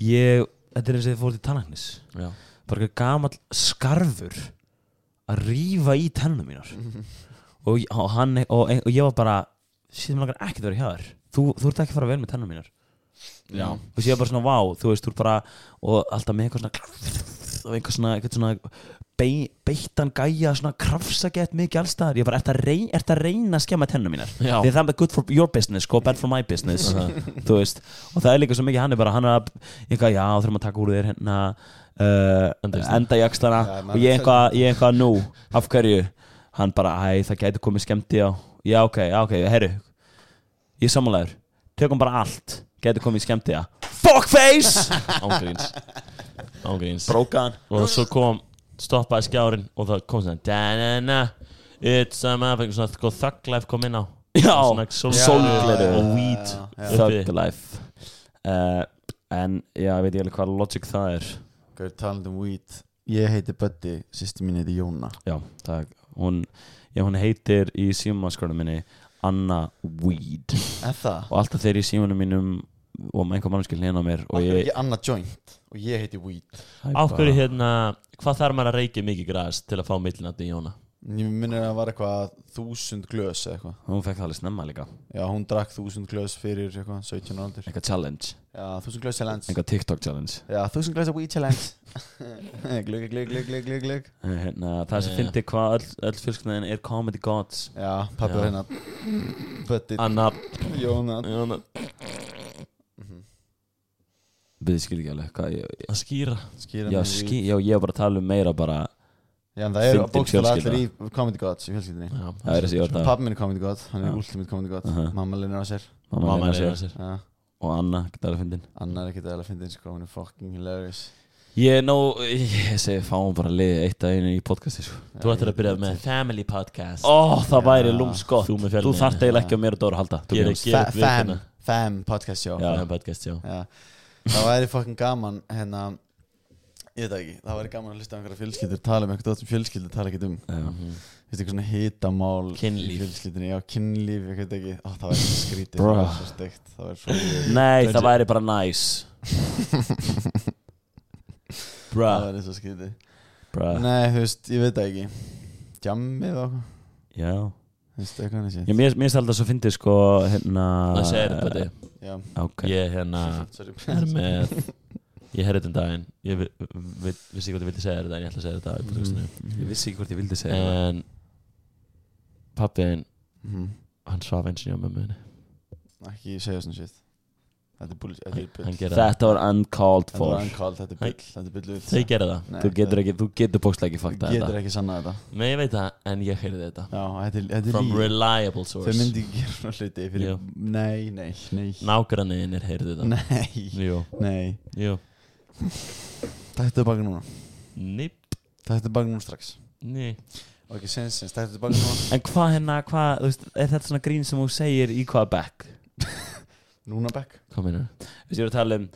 B: Ég, þetta er eins og þið fór til tannaknis
C: Já,
B: bara eitthvað gamall skarfur að rífa í tennum mínar og, og, hann, og, og ég var bara síðan langar ekki að vera hjá þér þú, þú ert ekki að fara vel með tennum mínar Já. þú veist ég var bara svona vá þú veist þú ert bara og alltaf með eitthvað svona og eitthvað svona, eitthvað svona be, beittan gæja svona krafsagett mikið allstaðar ég bara ert að reyna, ert að, reyna að skemma tennum mínar
C: Já.
B: því það er good for your business sko bad for my business þú veist og það er líka svo mikið hann er bara hann er að eitthvað já þurfum að taka úr þér hérna uh, enda í axlana
A: Já, maður-
B: og ég eitthvað ég eitthvað nú af hverju hann bara æ það gæti komið skemmti á já ok já ok herru ég er sammálaður tökum bara allt getur komið í skemmtiða fuckface
C: ángríns Ángríns
B: brókaðan
C: og svo kom stoppaði skjárin og það kom svona da-na-na it's a motherfucking svona sko, Thug Life kom inn á
B: Já,
C: Svona sól-
B: sólgleru.
C: og weed
B: thug
C: uppi.
B: life uh, en já, ég veit ekki alveg hvað logic það er
A: Hvað er talað um weed? Ég heiti Böddi, sýsti mín heiti Jóna
B: já, það hún, já, hún heitir í símaskornum minni Anna Weed
A: Er það?
B: og alltaf þeir í símanum mínum og með einhver mannskil hérna á mér og
A: Akkur
B: ég
A: ekki annað joint og ég heiti weed
C: á hverju hérna hvað þarf maður að reykja mikið græs til að fá millinatni í hjóna
A: Ég minnir að það var eitthvað þúsund glös eða eitthvað
B: hún fekk það alveg snemma líka
A: Já, hún drakk þúsund glös fyrir eitthvað 17 ára aldur
B: einhver challenge,
A: Já, þúsund glös challenge
B: einhver TikTok challenge
A: Já, þúsund glös weed challenge Glug, glug, glug, glug, glug, glug
B: Eh, hérna, það sem
C: Já.
B: fyndi hvað öll, öll fjölsknaðin er comedy gods
A: Já, pappi
C: Já.
A: var hérna Böddi,
C: Anna
A: Jóna
C: Jóna.
B: við skil ekki alveg hvað ég,
C: að skýra
A: Skýra
B: já,
A: mig
B: skí,
A: weed.
B: já, ég var bara að tala um meira bara
A: Já, en það eru
B: Fyndin
A: bókstala
B: fjölskylda.
A: allir í Comedy Gods í fjölskyldinni
C: Já,
B: það er þessi ég var að
A: Pappi minn er Comedy God, hann er
B: Já.
A: ultimate Comedy God
B: Aha.
A: Mamma linnir á sér
B: mamma,
C: mamma
B: er
C: er
B: sér
C: að sér
A: Já.
B: og Anna, geta alveg fyndin
A: Anna er ekkert eða að finna sko, hún er fucking hilarious
B: ég, no, ég segi fáum bara lið eitt að einu í podcasti sko.
C: þú ættir að byrja með family podcast
B: ó, það væri lúmskott
C: Þú með fjölni.
B: þú þarft eiginlega ekki á mér og Dóra að halda þú
C: Ég er
B: kemst.
C: ekki-
A: Fa-
C: upp
A: Fam,
C: vikuna.
A: fam podcast show
B: Hérna Já.
C: Family podcast já
A: Já. Það væri fucking gaman hérna, Ég veit það ekki, það væri gaman að hlusta á einhverja fjölskyldur tala um eitthvað sem fjölskyldur tala ekkert um
B: Já.
A: Veistu, eitthvað svona hitamál í
C: Kynlíf.
A: fjölskyldunni, Já, kynlíf, ég veit ekki Ó, Það væri svo skrítið,
B: Bruh.
A: það væri svo steikt Það væri svo,
B: nei, það væri bara næs
A: það
B: bruh,
A: væri svo skrítið
B: bruh
A: Nei, þú veist, ég veit það ekki Jammið og eitthvað,
B: já,
A: þú veist, eitthvað hann
B: ég, mér, mér stælda svo fyndi sko, hérna eh,
C: það segir þetta Böddi.
A: Já,
B: ok,
C: ég hérna
A: sorry
C: er með ég herði þetta um daginn ég vi- vi- vissi ekki hvað ég vildi segja þetta en ég ætla að segja þetta í
B: Mm,
C: podcastinu.
B: ég vissi ekki hvort ég vildi segja það.
C: en pappiðin
A: Mhm.
C: hann svaf eins og ég á mömmu henni
A: ekki segja svona shit þetta er bull þetta er bull
C: Hann gerði það
B: þetta var uncalled
A: þetta var
B: for
A: uncalled þetta er bull þetta er bull
C: Þau gerði það
B: þú getur ekki, þú getur bókslega ekki fakta
A: getur ekki sanna þetta
C: Nei, ég veit það En ég heyrði þetta
A: já þetta er þetta
C: From
A: er líf
C: reliable
A: þau
C: source
A: myndi ekki gera svona hluti fyrir
C: Já.
A: nei nei nei
C: Nágranniðinir heyrði þetta
A: nei
C: Jú,
A: nei
C: jú
A: takk þetta baka núna
C: Nip,
A: takk þetta baka núna strax
C: ný
A: og ekki sens sens takk þetta baka núna
B: En hvað hérna, hvað, þú veist, er þetta svona grín sem þú segir í hvaða bekk?
A: Núna Beck
C: Hvað meina?
B: Við erum að tala um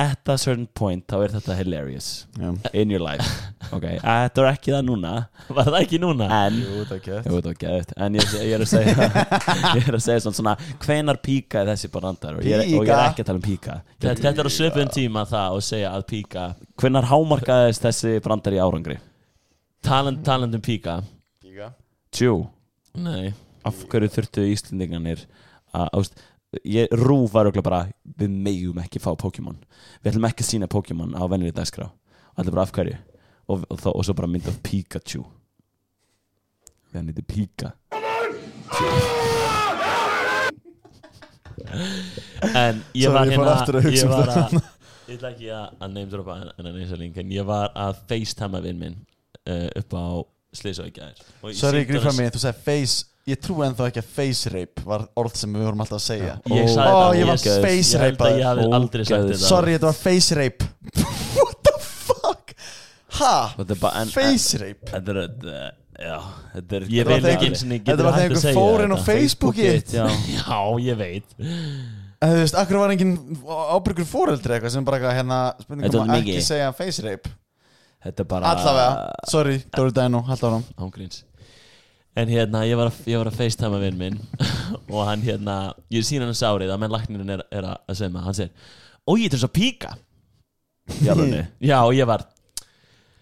B: At a certain point þá er þetta hilarious
A: Já,
B: In your life okay. Þetta er ekki það núna
C: Var það ekki núna?
B: En
A: jú, það er gett
B: Jú, það var gæðið En ég, ég er að segja Ég er að segja svona, svona Hvenar píka er þessi barandar og ég, er- og ég er
A: Píka.
B: ekki að tala um píka
C: Þetta, þetta er á svipun tíma það og segja að píka
B: Hvenar hámarkaðist þessi brandar í árangri?
C: Talend, talend um píka
A: Gíga
B: Tjú
C: Nei
B: Af hverju þurftu Íslendinganir að ást Ég rúf var okkur bara Við megum ekki fá Pokémon Við ætlum ekki að sína Pokémon á vennileg dagskrá Og allir bara af hverju Og, og, þá, og svo bara mynd af Pikachu Við hann heitir Pika
C: En ég
A: um- Sorry,
C: var
A: ég fór
C: hérna
A: aftur að hugsa
C: Ég
A: um
C: var
A: þetta.
C: að Ég ætla ekki að að name dropa en að neysa link En ég var að facetima vinn minn uh, upp á Slysaukjær
A: Sorry, grífa mig, þú sagði face Ég trúi ennþá ekki að face rape var orð sem við vorum alltaf að segja
C: Ég
B: Ó,
C: sagði
A: ó,
C: þetta
A: ég var
C: ógeðs.
A: face
C: Ég held að
A: rapaður.
C: ég hafði aldrei sagt
B: Ógeðs.
C: þetta
A: Sorry, þetta var face rape What the fuck? Ha?
B: Þetta er bara- en-
A: Face rape?
B: Þetta er uh, Já Þetta er
C: Ég
A: Þetta var
C: veit
A: þegar-
C: ekki eins og niður
A: Þetta var þegar einhver fór inn á Facebookið
B: Já
C: Já, ég veit
A: En þú veist, akkur var engin ábyrgur fóreldri eitthvað sem bara eitthvað hérna
B: Þetta
A: spurningum að
B: var mikið. Ah.
A: ekki segja face rape
B: Þetta er bara
A: Allavega, sorry, Dóri Dænu, halda honum
C: ángríns En hérna, ég var að, ég var að facetime vinn minn og hann hérna, ég sín hann sárið að menn læknirinn er, er að segja maður, hann segir Ó, ég til þess að píka
B: Jálunni
C: Já, og ég var,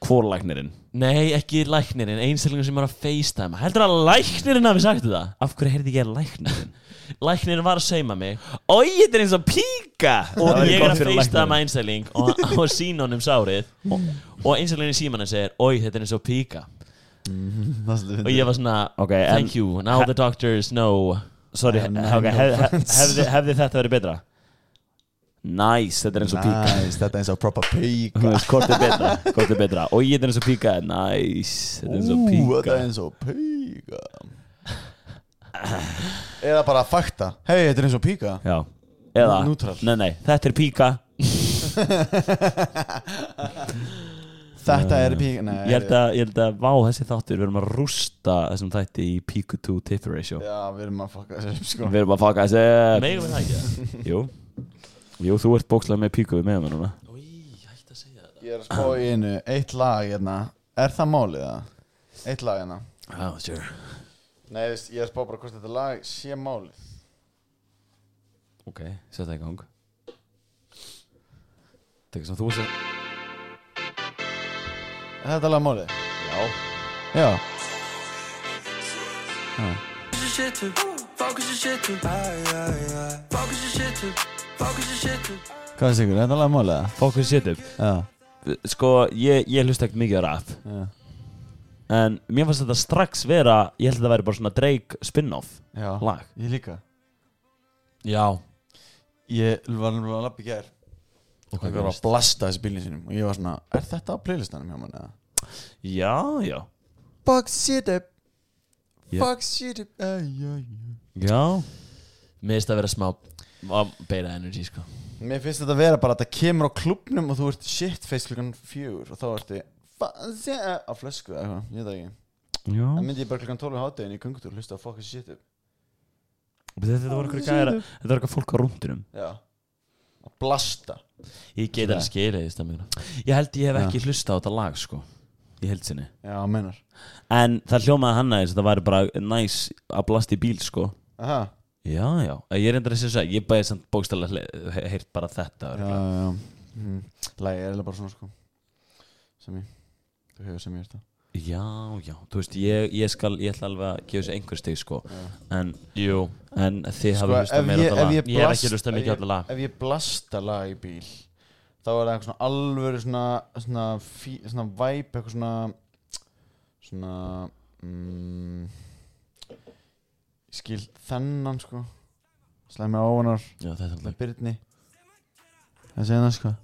B: Kvorlæknirinn
C: nei, ekki læknirinn einstaklingur sem var að facetime Heldur að læknirinn hafi sagt þetta?
B: Af hverju heyrði ég læknirinn?
C: Læknirinn var að seima mig
B: Ói, þetta er eins og píka
C: og ég er að facetime einstakling og, og sín honum sárið og einstaklingurinn í símanum segir Ói, þetta er eins og píka og ég var svona,
B: Ok, en-
C: thank you, now the doctors know
B: Sorry,
A: Um, no
B: okay, hef, hef,
A: offense.
B: hefði, hefði þetta verið betra? Nice, þetta er eins og píka
A: Nice, þetta er eins og proper píka
B: Þú veist, Hvort er betra? Hvort er betra? Ói, þetta er eins og píka Nice, þetta er eins og sko.
A: Þetta
B: píka
A: er eins og píka Eða bara fakta Hei, þetta er eins og píka
B: Já Eða,
A: Neutral.
B: nei, nei, þetta er píka
A: Þetta er píka Nei,
B: Ég held að, ég held að, vá, þessi þáttur Við erum að rústa þessum þætti í píku 2 tip ratio
A: Já, við erum að fucka þessu upp, sko
B: Við erum að faka þessi
C: megum við það ekki það?
B: Jú Jú, þú ert bókslega með píku við með mér núna
A: Ég er að spá í einu, eitt lag hérna Er það málið það? Eitt lag hérna
B: Já, oh, sure
A: Nei, þú veist, ég er að spá bara hvort þetta lag sé málið
B: Ok, setja í gang Þegar sem þú sér
A: Er þetta lag málið?
B: Já
A: Já Ah. Hvað er sigur, er þetta lag málið það?
B: Fókus setup
A: Já
B: Sko, ég, ég hlusta ekkert mikið á rap
A: Já.
B: En mér fannst þetta strax vera Ég held að þetta væri bara svona Drake spin-off
A: Já
B: Lag
A: Ég líka
C: Já,
A: Ég var alveg að lappa í gær og hann var að blasta þessi bílinn sínum og ég var svona, er þetta á playlistanum hjá manni?
B: Já, já
A: Fuck shit up
B: Ég-
A: Fuck shit up Æ, æ, æ.
B: Já
C: Mér finnst það að vera smá að beira energy sko
A: Mér finnst þetta að vera bara að þetta kemur á klubnum og þú ert shitface klukkan fjögur og þá ertu fuck shit up á flösku eða eitthvað, ég veit það ekki
B: Já
A: Það myndi ég bara klukkan 12 á háttegin í kungutúr hlusta á fuck shit up
B: Þetta voru eitthvað gæra Þetta voru eitthvað fólk á rúndunum
A: Já að blasta
C: Ég get að skilja því stemminguna
B: Ég held ég hef
A: Já.
B: ekki hlusta á þetta lag, sko Í held sinni
A: Já, meinar
B: En það hljómaði hann aðeins Það væri bara næs að blasta í bíl, sko
A: Aha
B: Já, já, ég er reyndar að segja þess að ég bæði samt bókstallega heyrt bara þetta
A: Já,
B: örugglega.
A: já mm. Lægi er eiginlega bara svona sko sem ég þú hefur sem ég er þetta
B: Já, já, þú veist, ég, ég skal, ég ætla alveg að gefa þessu einhver stig, sko en,
C: Jú
B: en þið
A: Sko,
B: hafa
A: ef
B: hlustað meira
A: ég-
B: á
A: ef ég
B: það
C: Ég hef
A: blast-
C: ekki hlustað
A: ef
C: mikið á
A: ég-
C: þetta lag.
A: Ef ég blasta lag í bíl þá er það eitthvað svona alvöru svona svona, fí, svona væp eitthvað svona svona mm, ég skil þennan sko slæmi ávanar
C: Já, þetta er alltaf
A: með Byrni það segir það sko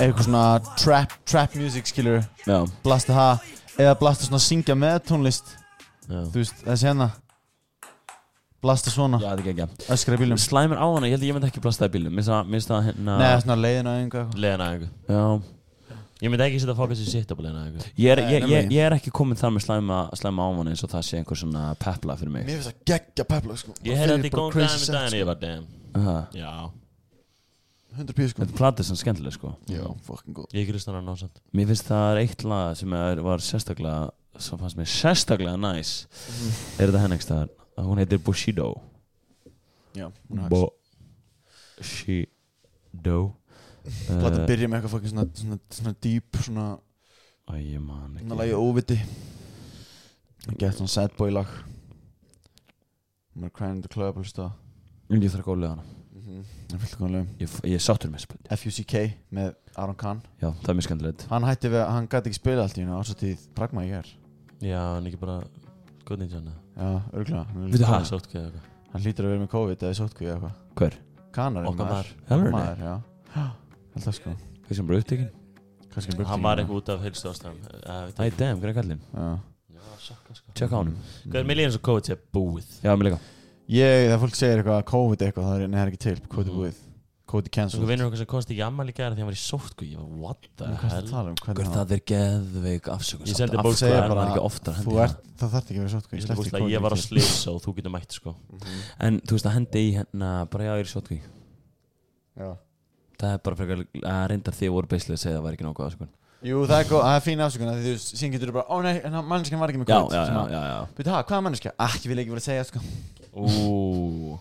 A: eitthvað svona trap trap music skilur
B: Já,
A: blasta það eða blasta svona syngja með tónlist
C: Já.
A: þú veist þessi hérna blasta svona
B: já, þetta er ekki ekki
A: öskra í bílum
B: Slæmir á hana, ég held að ég myndi ekki blasta í bílum Mér finnst það- mér finnst það hérna
C: sko.
A: neða svona leiðin á einhver eitthvað
C: Leðan að einhver
B: Já
C: Ég myndi ekki setja fólk þessi sitt á búinna
B: Ég er, ég,
A: nefnilega.
B: ég, ég er ekki komin þar með slæma, slæma ámann eins og það sé einhver svona pepla fyrir mig
A: Mér finnst það geggja pepla sko.
C: Ég
A: Fyrir
C: hefði þetta í
A: bara
C: góðum
A: crazy
C: daginn með
A: sex,
C: daginn
A: sko.
C: Ég var damn
B: Aha.
C: Já
A: 100 pí sko
B: Þetta platið er svona skemmtileg sko
A: Já, fucking góð
C: Ég grist hann á násamt
B: Mér finnst það er eitt lag sem er, var sérstaklega sem fannst mér sérstaklega næs er þetta henni ekki staðar hún heitir Bushido
A: Já, hún er hægt
B: Bushido
A: Plata
B: Eh,
A: byrja með eitthvað fucking svona, svona, svona dýp svona,
B: Æ, ég man
A: svona
B: ekki
A: lagi óviti Gett svona sad boy lag Hún er crying in the club alveg stöð
B: Ég þarf að góla hana Mhm.
A: Það er fullt góðan lögum
B: Ég, ég er sáttur með spil
A: FUCK með Aron Khan
B: Já, það er mjög skemmtilegt
A: Hann hætti við, hann gæti ekki spila allt í hún ásatíð pragma í hér
C: Já, en ekki bara Góð nýtt hann
A: Já, örgulega Hann,
B: Veitu
C: Það
B: hvað?
C: er sótt kveð eitthvað
A: hann hlýtur að vera með COVID eða sótkví eða eitthvað
B: Hver?
A: Kanar
C: Okkar maður.
B: Alvöru?
A: maður, já Held það sko
B: Hvað sem bara upptekinn?
A: Kannski hann
C: Hann var eitthvað út af Eh, heilstu ástæðum
B: Æ, damn, hvernig kallinn?
A: Já
B: Tjekk á
A: Mm.
B: honum
C: Hvað er mér líðan svo COVID sé búið?
B: Já, mér líka
A: Ég, það fólk segir eitthvað að COVID eitthvað, það er, nei, það er ekki til, COVID er búið, COVID er
C: Svo
A: cancelled.
C: Mm. vinnur okkar sem komst ekki ammal í gæra því hann var í sótt sko, Ég var, what the
A: Hvað er það að
C: hell
A: tala um? Hvernig
B: Hver það er geðveik afsökun
C: Ég
B: samt.
C: sendi
B: Af
C: bók- sko,
B: hverju
A: segja
B: er
A: bara,
B: maður ekki oftar að
A: þú
B: hendi í
A: ert, það þarf ekki að vera sótkví,
C: Ég
A: ég
C: sendi
A: sleppti
C: búst að
A: COVID. sko.
C: Ég var að
A: til.
C: slisa og þú getur mætt sko
B: hana? En þú veist að hendi í hérna bara já, ég er í sótkví
A: Já.
B: Það er bara frekar að reyndar því voru beislega að segja að það væri ekki nokkuð afsökun
A: Jú, það er, góð, það er fín afsökun, af því þú síðan getur þú bara, ó nei, en það- manneskjan var ekki með
B: Já,
A: COVID.
B: já, já, já, já.
A: Býtu, hvað, hvaða manneskja? Ah, ég vil ekki vera að segja, sko.
B: Ú.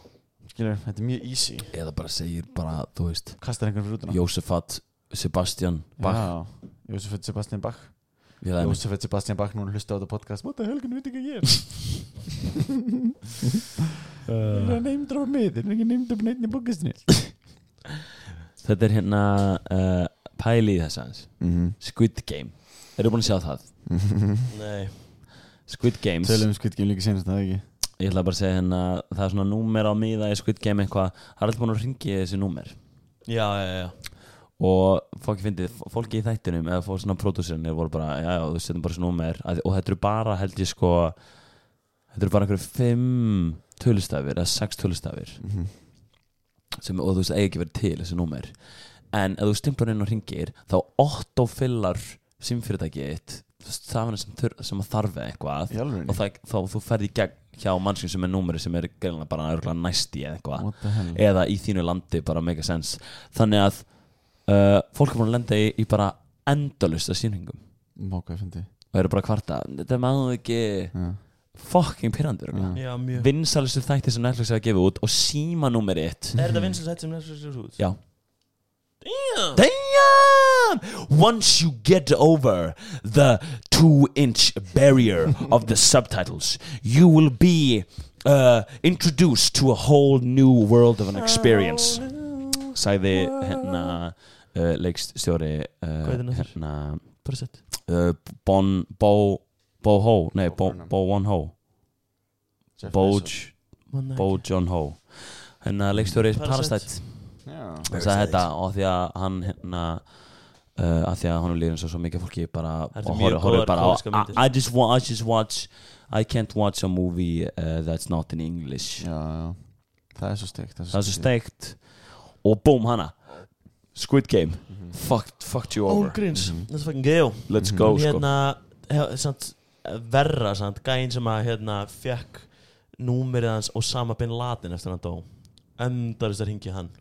A: Skilur, þetta er mjög easy.
B: Eða bara segir bara, þú veist
A: Kastar einhvern fyrir útuna.
B: Jósefat, Sebastian, Bach
A: Já, Jósefet Sebastian Bach.
B: Ég lagði mig.
A: Jósefet Sebastian Bach, núna hlusta á þetta podcast. What the hell, hvernig veit ekki ég? Ég er að neymdra á mig, þeir eru ekki neymdra á neitt í bókastinni.
B: Þetta er hérna uh, pæli í þess aðeins Squid Game Eru búin að sjá það? Mhm.
C: Nei
B: Squid Games
A: Tölum Squid Game líka senast, það ekki?
B: Ég ætla bara að segja hérna Það er svona númer á miða í Squid Game eitthvað Það er alltaf búin að ringi þessi númer
C: Já, já, já
B: Og fólki fyndið, fólki í þættinum Eða fólk svona pródúsirnir voru bara Já, já, þú setjum bara þessi númer að, Og þetta eru bara, held ég sko Þetta eru bara einhverjum fimm tölustafir Eða sex tölustafir
C: Mhm.
B: sem, Og þú veist, eigi ekki verið til þessi númer En ef þú stimplar inn og ringir Þá ottofillar símfyrirtækið Það sem, þur- sem að þarfi eitthvað
A: Í alvörunni?
B: og það, þá þú ferð í gegn hjá mannskjum sem er númeri sem er greinlega bara örgulega næsti eða
A: What the hell?
B: eitthvað eða í þínu landi bara make a sense þannig að uh, fólk er búin að lenda í, í bara endalusta sýningum
A: Móka, ég fyndi
B: og eru bara að kvarta þetta má ekki fucking pyrrandur ja.
C: Já, mjög
B: vinsalustu þætti sem Netflix hefur gefið út og símanúmerið eitt
C: Er þetta vinsins hætt sem Netflix er út?
B: já Damn! Once you get over the two inch barrier of the subtitles, you will be uh, introduced to a whole new world of an experience. Sæði hérna uh, leikstjóri uh,
C: heitir hann aftur?
B: hérna
C: Bara sett
B: uh, Bon Bo Bo Ho nei Bo, Bo One Ho Bo, Bo John Ho hérna leikstjóri
C: Parasite.
B: Parasite hann sagði þetta og því að hann hérna uh, að því að honum líður eins og svo mikið fólki bara
C: eru
B: og
C: mjög
B: horfir- horfir
C: góðar
B: bara á
C: kóreískar myndir.
B: I, I, just wa- I just watch I can't watch a movie uh, that's not in English
A: Já, já Það er svo steikt
B: það er svo steikt og búm hana Squid Game fucked, fucked you over
C: Grins That's fucking gale
B: let's go
C: En
B: Mhm. sko
C: Oh, hérna he- samt, verra samt gæinn sem að hérna fekk númerið hans og sama bin Laden eftir hann dó endarist að ringi hann
B: sko.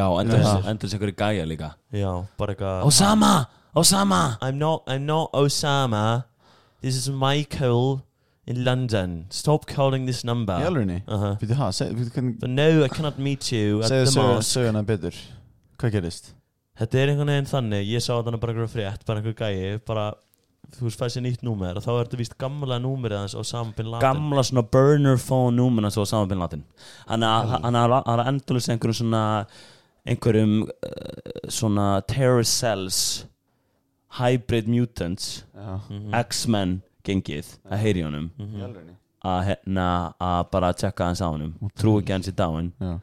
B: já endur þess endur þess einhverju gæja líka
C: já bara eitthvað
B: Osama Osama
C: I'm not I'm not Osama this is Michael in London stop calling this number
A: Í alvegni?
C: Aha.
A: Býtu ha, seg- býtu hvernig
C: but no I cannot meet you at
A: Segðu
C: the
A: sögu-
C: mosque
A: söguna betur Hvað gerist?
C: Þetta er einhvern veginn þannig, ég sá þarna bara einhverja frétt, bara einhver gæi, bara þú veist, fæði sér nýtt númer og þá er þetta víst gamla númerið hans og Bin Laden
B: gamla svona burner phone númuna svo saman bin Laden hann er- hann er hann er endurlega einhverjum svona einhverjum uh, svona terror cells hybrid mutants
C: Mhm.
B: X-Men gengið að heyri honum að hérna að bara tjekka hans á honum trú ekki að hans í dáin
A: Já.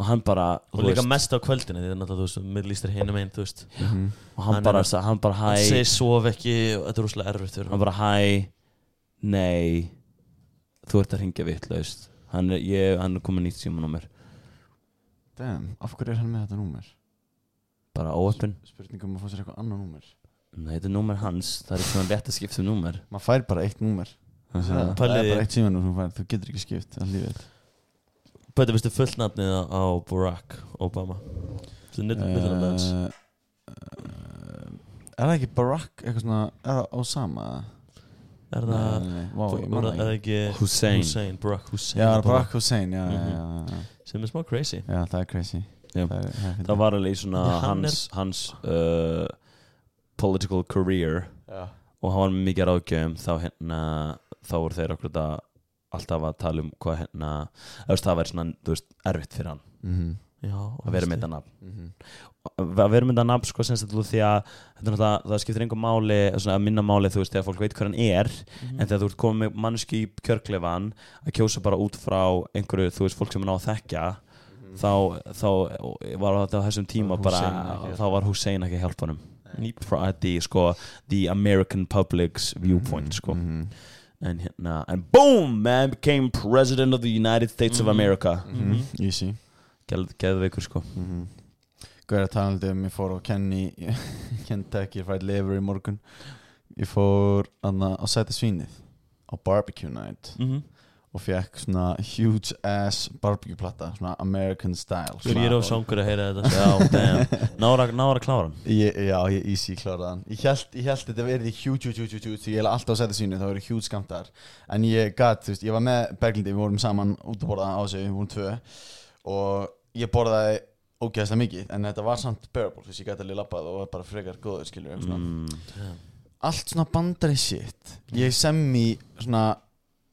B: og hann bara
C: og
B: þú
C: líka
B: veist,
C: mest á kvöldinu þetta er náttúrulega, þú veist, miðlýstir hinum einn, þú veist
A: Mhm.
B: og hann
C: hann
B: bara
C: er-
B: sa- hann bara
C: hann
B: hæ
C: segir sof ekki og þetta er rúslega erfitt fyrir
B: hann
C: hann
B: bara hæ nei þú ert að ringja vittlaust hann er, ég, hann er komið nýtt símanúmer
A: Damn, af hverju er hann með þetta númer?
B: bara óöppin
A: Spurningum um að fá sér eitthvað annan númer
B: Nei, þetta er númer hans, það er ekki svona rétt að skipta um númer
A: Maður fær bara eitt númer Það er
C: Pælið í-
A: bara eitt símanúmer sem þú fær Þú getur ekki skipt að lífið
C: Bæti, veistu fullnafnið á- á Barack Obama Þetta er nýttum uh, hans
A: Eh, Er það ekki Barack eitthvað svona Er það Osama?
C: Er
A: Nei,
C: það
A: nei, nei, vá,
C: Var
A: ég man
C: það
A: það
C: er
A: ekki.
C: ekki
B: Hussein.
C: Hussein Barack Hussein
A: Já, það er Barack Hussein já, já, já, já, já.
C: Sem er smá crazy
A: já, það er crazy
B: Já.
A: Það, er, það, er
B: Það var alveg í svona
C: Nei, hann
B: hans, hans uh, political career
A: Já.
B: og hann var með mikið ráðgjöfum þá hérna, þá voru þeir okkur þetta alltaf að tala um hvað hérna þú veist, það væri svona, þú veist, erfitt fyrir hann
A: Mhm,
C: Já
B: að vera með þetta nafn
A: mhm.
B: að vera með þetta nafn sko sem þetta því að þetta er náttúrulega, það skiptir einhver máli svona að minna máli þú veist þegar fólk veit hver hann er
A: Mhm.
B: en þegar þú ert komið með mannski í kjörklefan að kjósa bara út frá einhverju þú veist fólk sem hann á að þekkja þá, þá var þetta á þessum tíma
A: Mhm. Var Hussein ekki að hjálpa.
B: bara, þá var Hussein ekki að hjálpa honum Friday sko the American public's viewpoint
A: Mhm.
B: sko en hérna and boom man became president of the United States of America
A: Mhm, Easy
B: Geð- geðveikur sko
A: Hvað er að tala um, ég fór á Kenny Kentucky Fried Liver í morgun Ég fór anna, á sæti svínið á barbecue night
C: Mhm.
A: og fekk svona huge ass barbecue platta, svona American style
C: Ég
A: svona-
C: er á sángur að heyra þetta Já, damn Nára, nára að klára hann
A: Ég, já, ég easy kláraðan Ég held, ég held þetta verið huge, huge, huge, huge Því ég held alltaf að setja sínu, það verið huge skamtar En ég gat, þú veist, ég var með Berglindi Við vorum saman út að borða á þessu, við vorum tvö Og ég borðaði ógeðslega mikið En þetta var samt bearable, þú veist, ég gat alveg labbað Og var bara frekar góður, skilur við mm. Allt svona bandari shit Ég semmi svona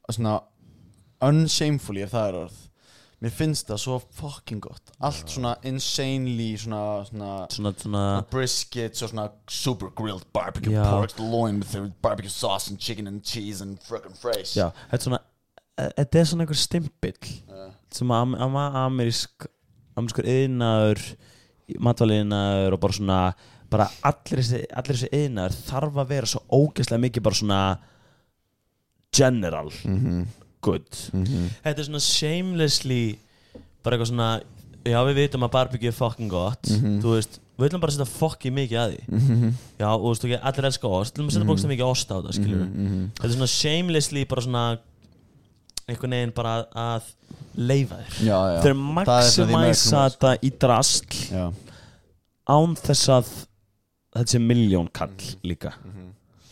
A: Svona unshamefully ef það er orð Mér finnst það svo fucking gott Allt svona insanely svona, svona
B: svona, svona
A: briskets og svona super grilled barbecue
B: Já.
A: pork loin with the barbecue sauce and chicken and cheese and frickin' fresh
B: Já, þetta er svona e- Þetta er svona einhver stimpill sem að am, am, amerísk amerískur yðnaður matvaliðnaður og bara svona bara allir þessi, allir þessi yðnaður þarf að vera svo ógeðslega mikið bara svona general
A: Mhm.
B: good
C: Þetta er svona shamelessly Bara eitthvað svona Já, við vitum að barbecue er fucking gott
A: Mhm.
C: Þú veist Við ætlum bara að setja fucking mikið að því Já, og þú veist, ok, allir elska ost Við ætlum að
A: Mhm.
C: setja bókstæð mikið ost á þetta, skilur Þetta er svona shamelessly bara svona Einhvern veginn bara að leifa þér
A: já, já.
B: Þeir
A: Það er svona the American
B: maximæsa
A: way,
B: þetta í drastl
A: sko. já.
B: án þess að þetta sé miljón kall líka
A: Mhm.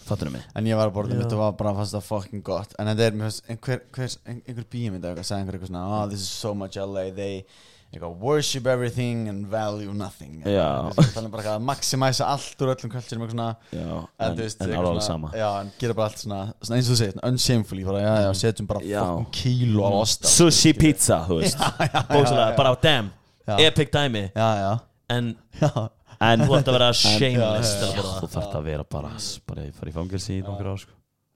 B: Fattur mig?
A: en ég var að borða mitt og var bara að fasta fucking gott en þetta er mér fannst einhver, hver, ein- einhver bíómynd eða eitthvað sagði einhver eitthvað svona oh this is so much LA they eitthvað, worship everything and value nothing
B: Já.
A: þannig bara eitthvað að maximæsa allt úr öllum kvöldsirum eitthvað svona
B: Já,
A: En,
B: en,
A: þú veist,
B: en, en
A: eitthvað
B: alveg
A: svona-
B: sama
A: Já, en gera bara allt svona, svona eins og þú segir, svona unshamefully bara, já, já, setjum bara
B: Mm. Já.
A: fucking kíló á osta
B: Sushi pizza, þú veist
C: Bókstæðlega, bara damn
A: Já.
C: Epic dæmi
A: Já, já,
C: En
A: já
B: En
C: þú ætti að vera
A: shameless
C: shameless
A: til að
B: Þú þarft að vera bara bara ég fari í fangelsi í nokkur ár sko.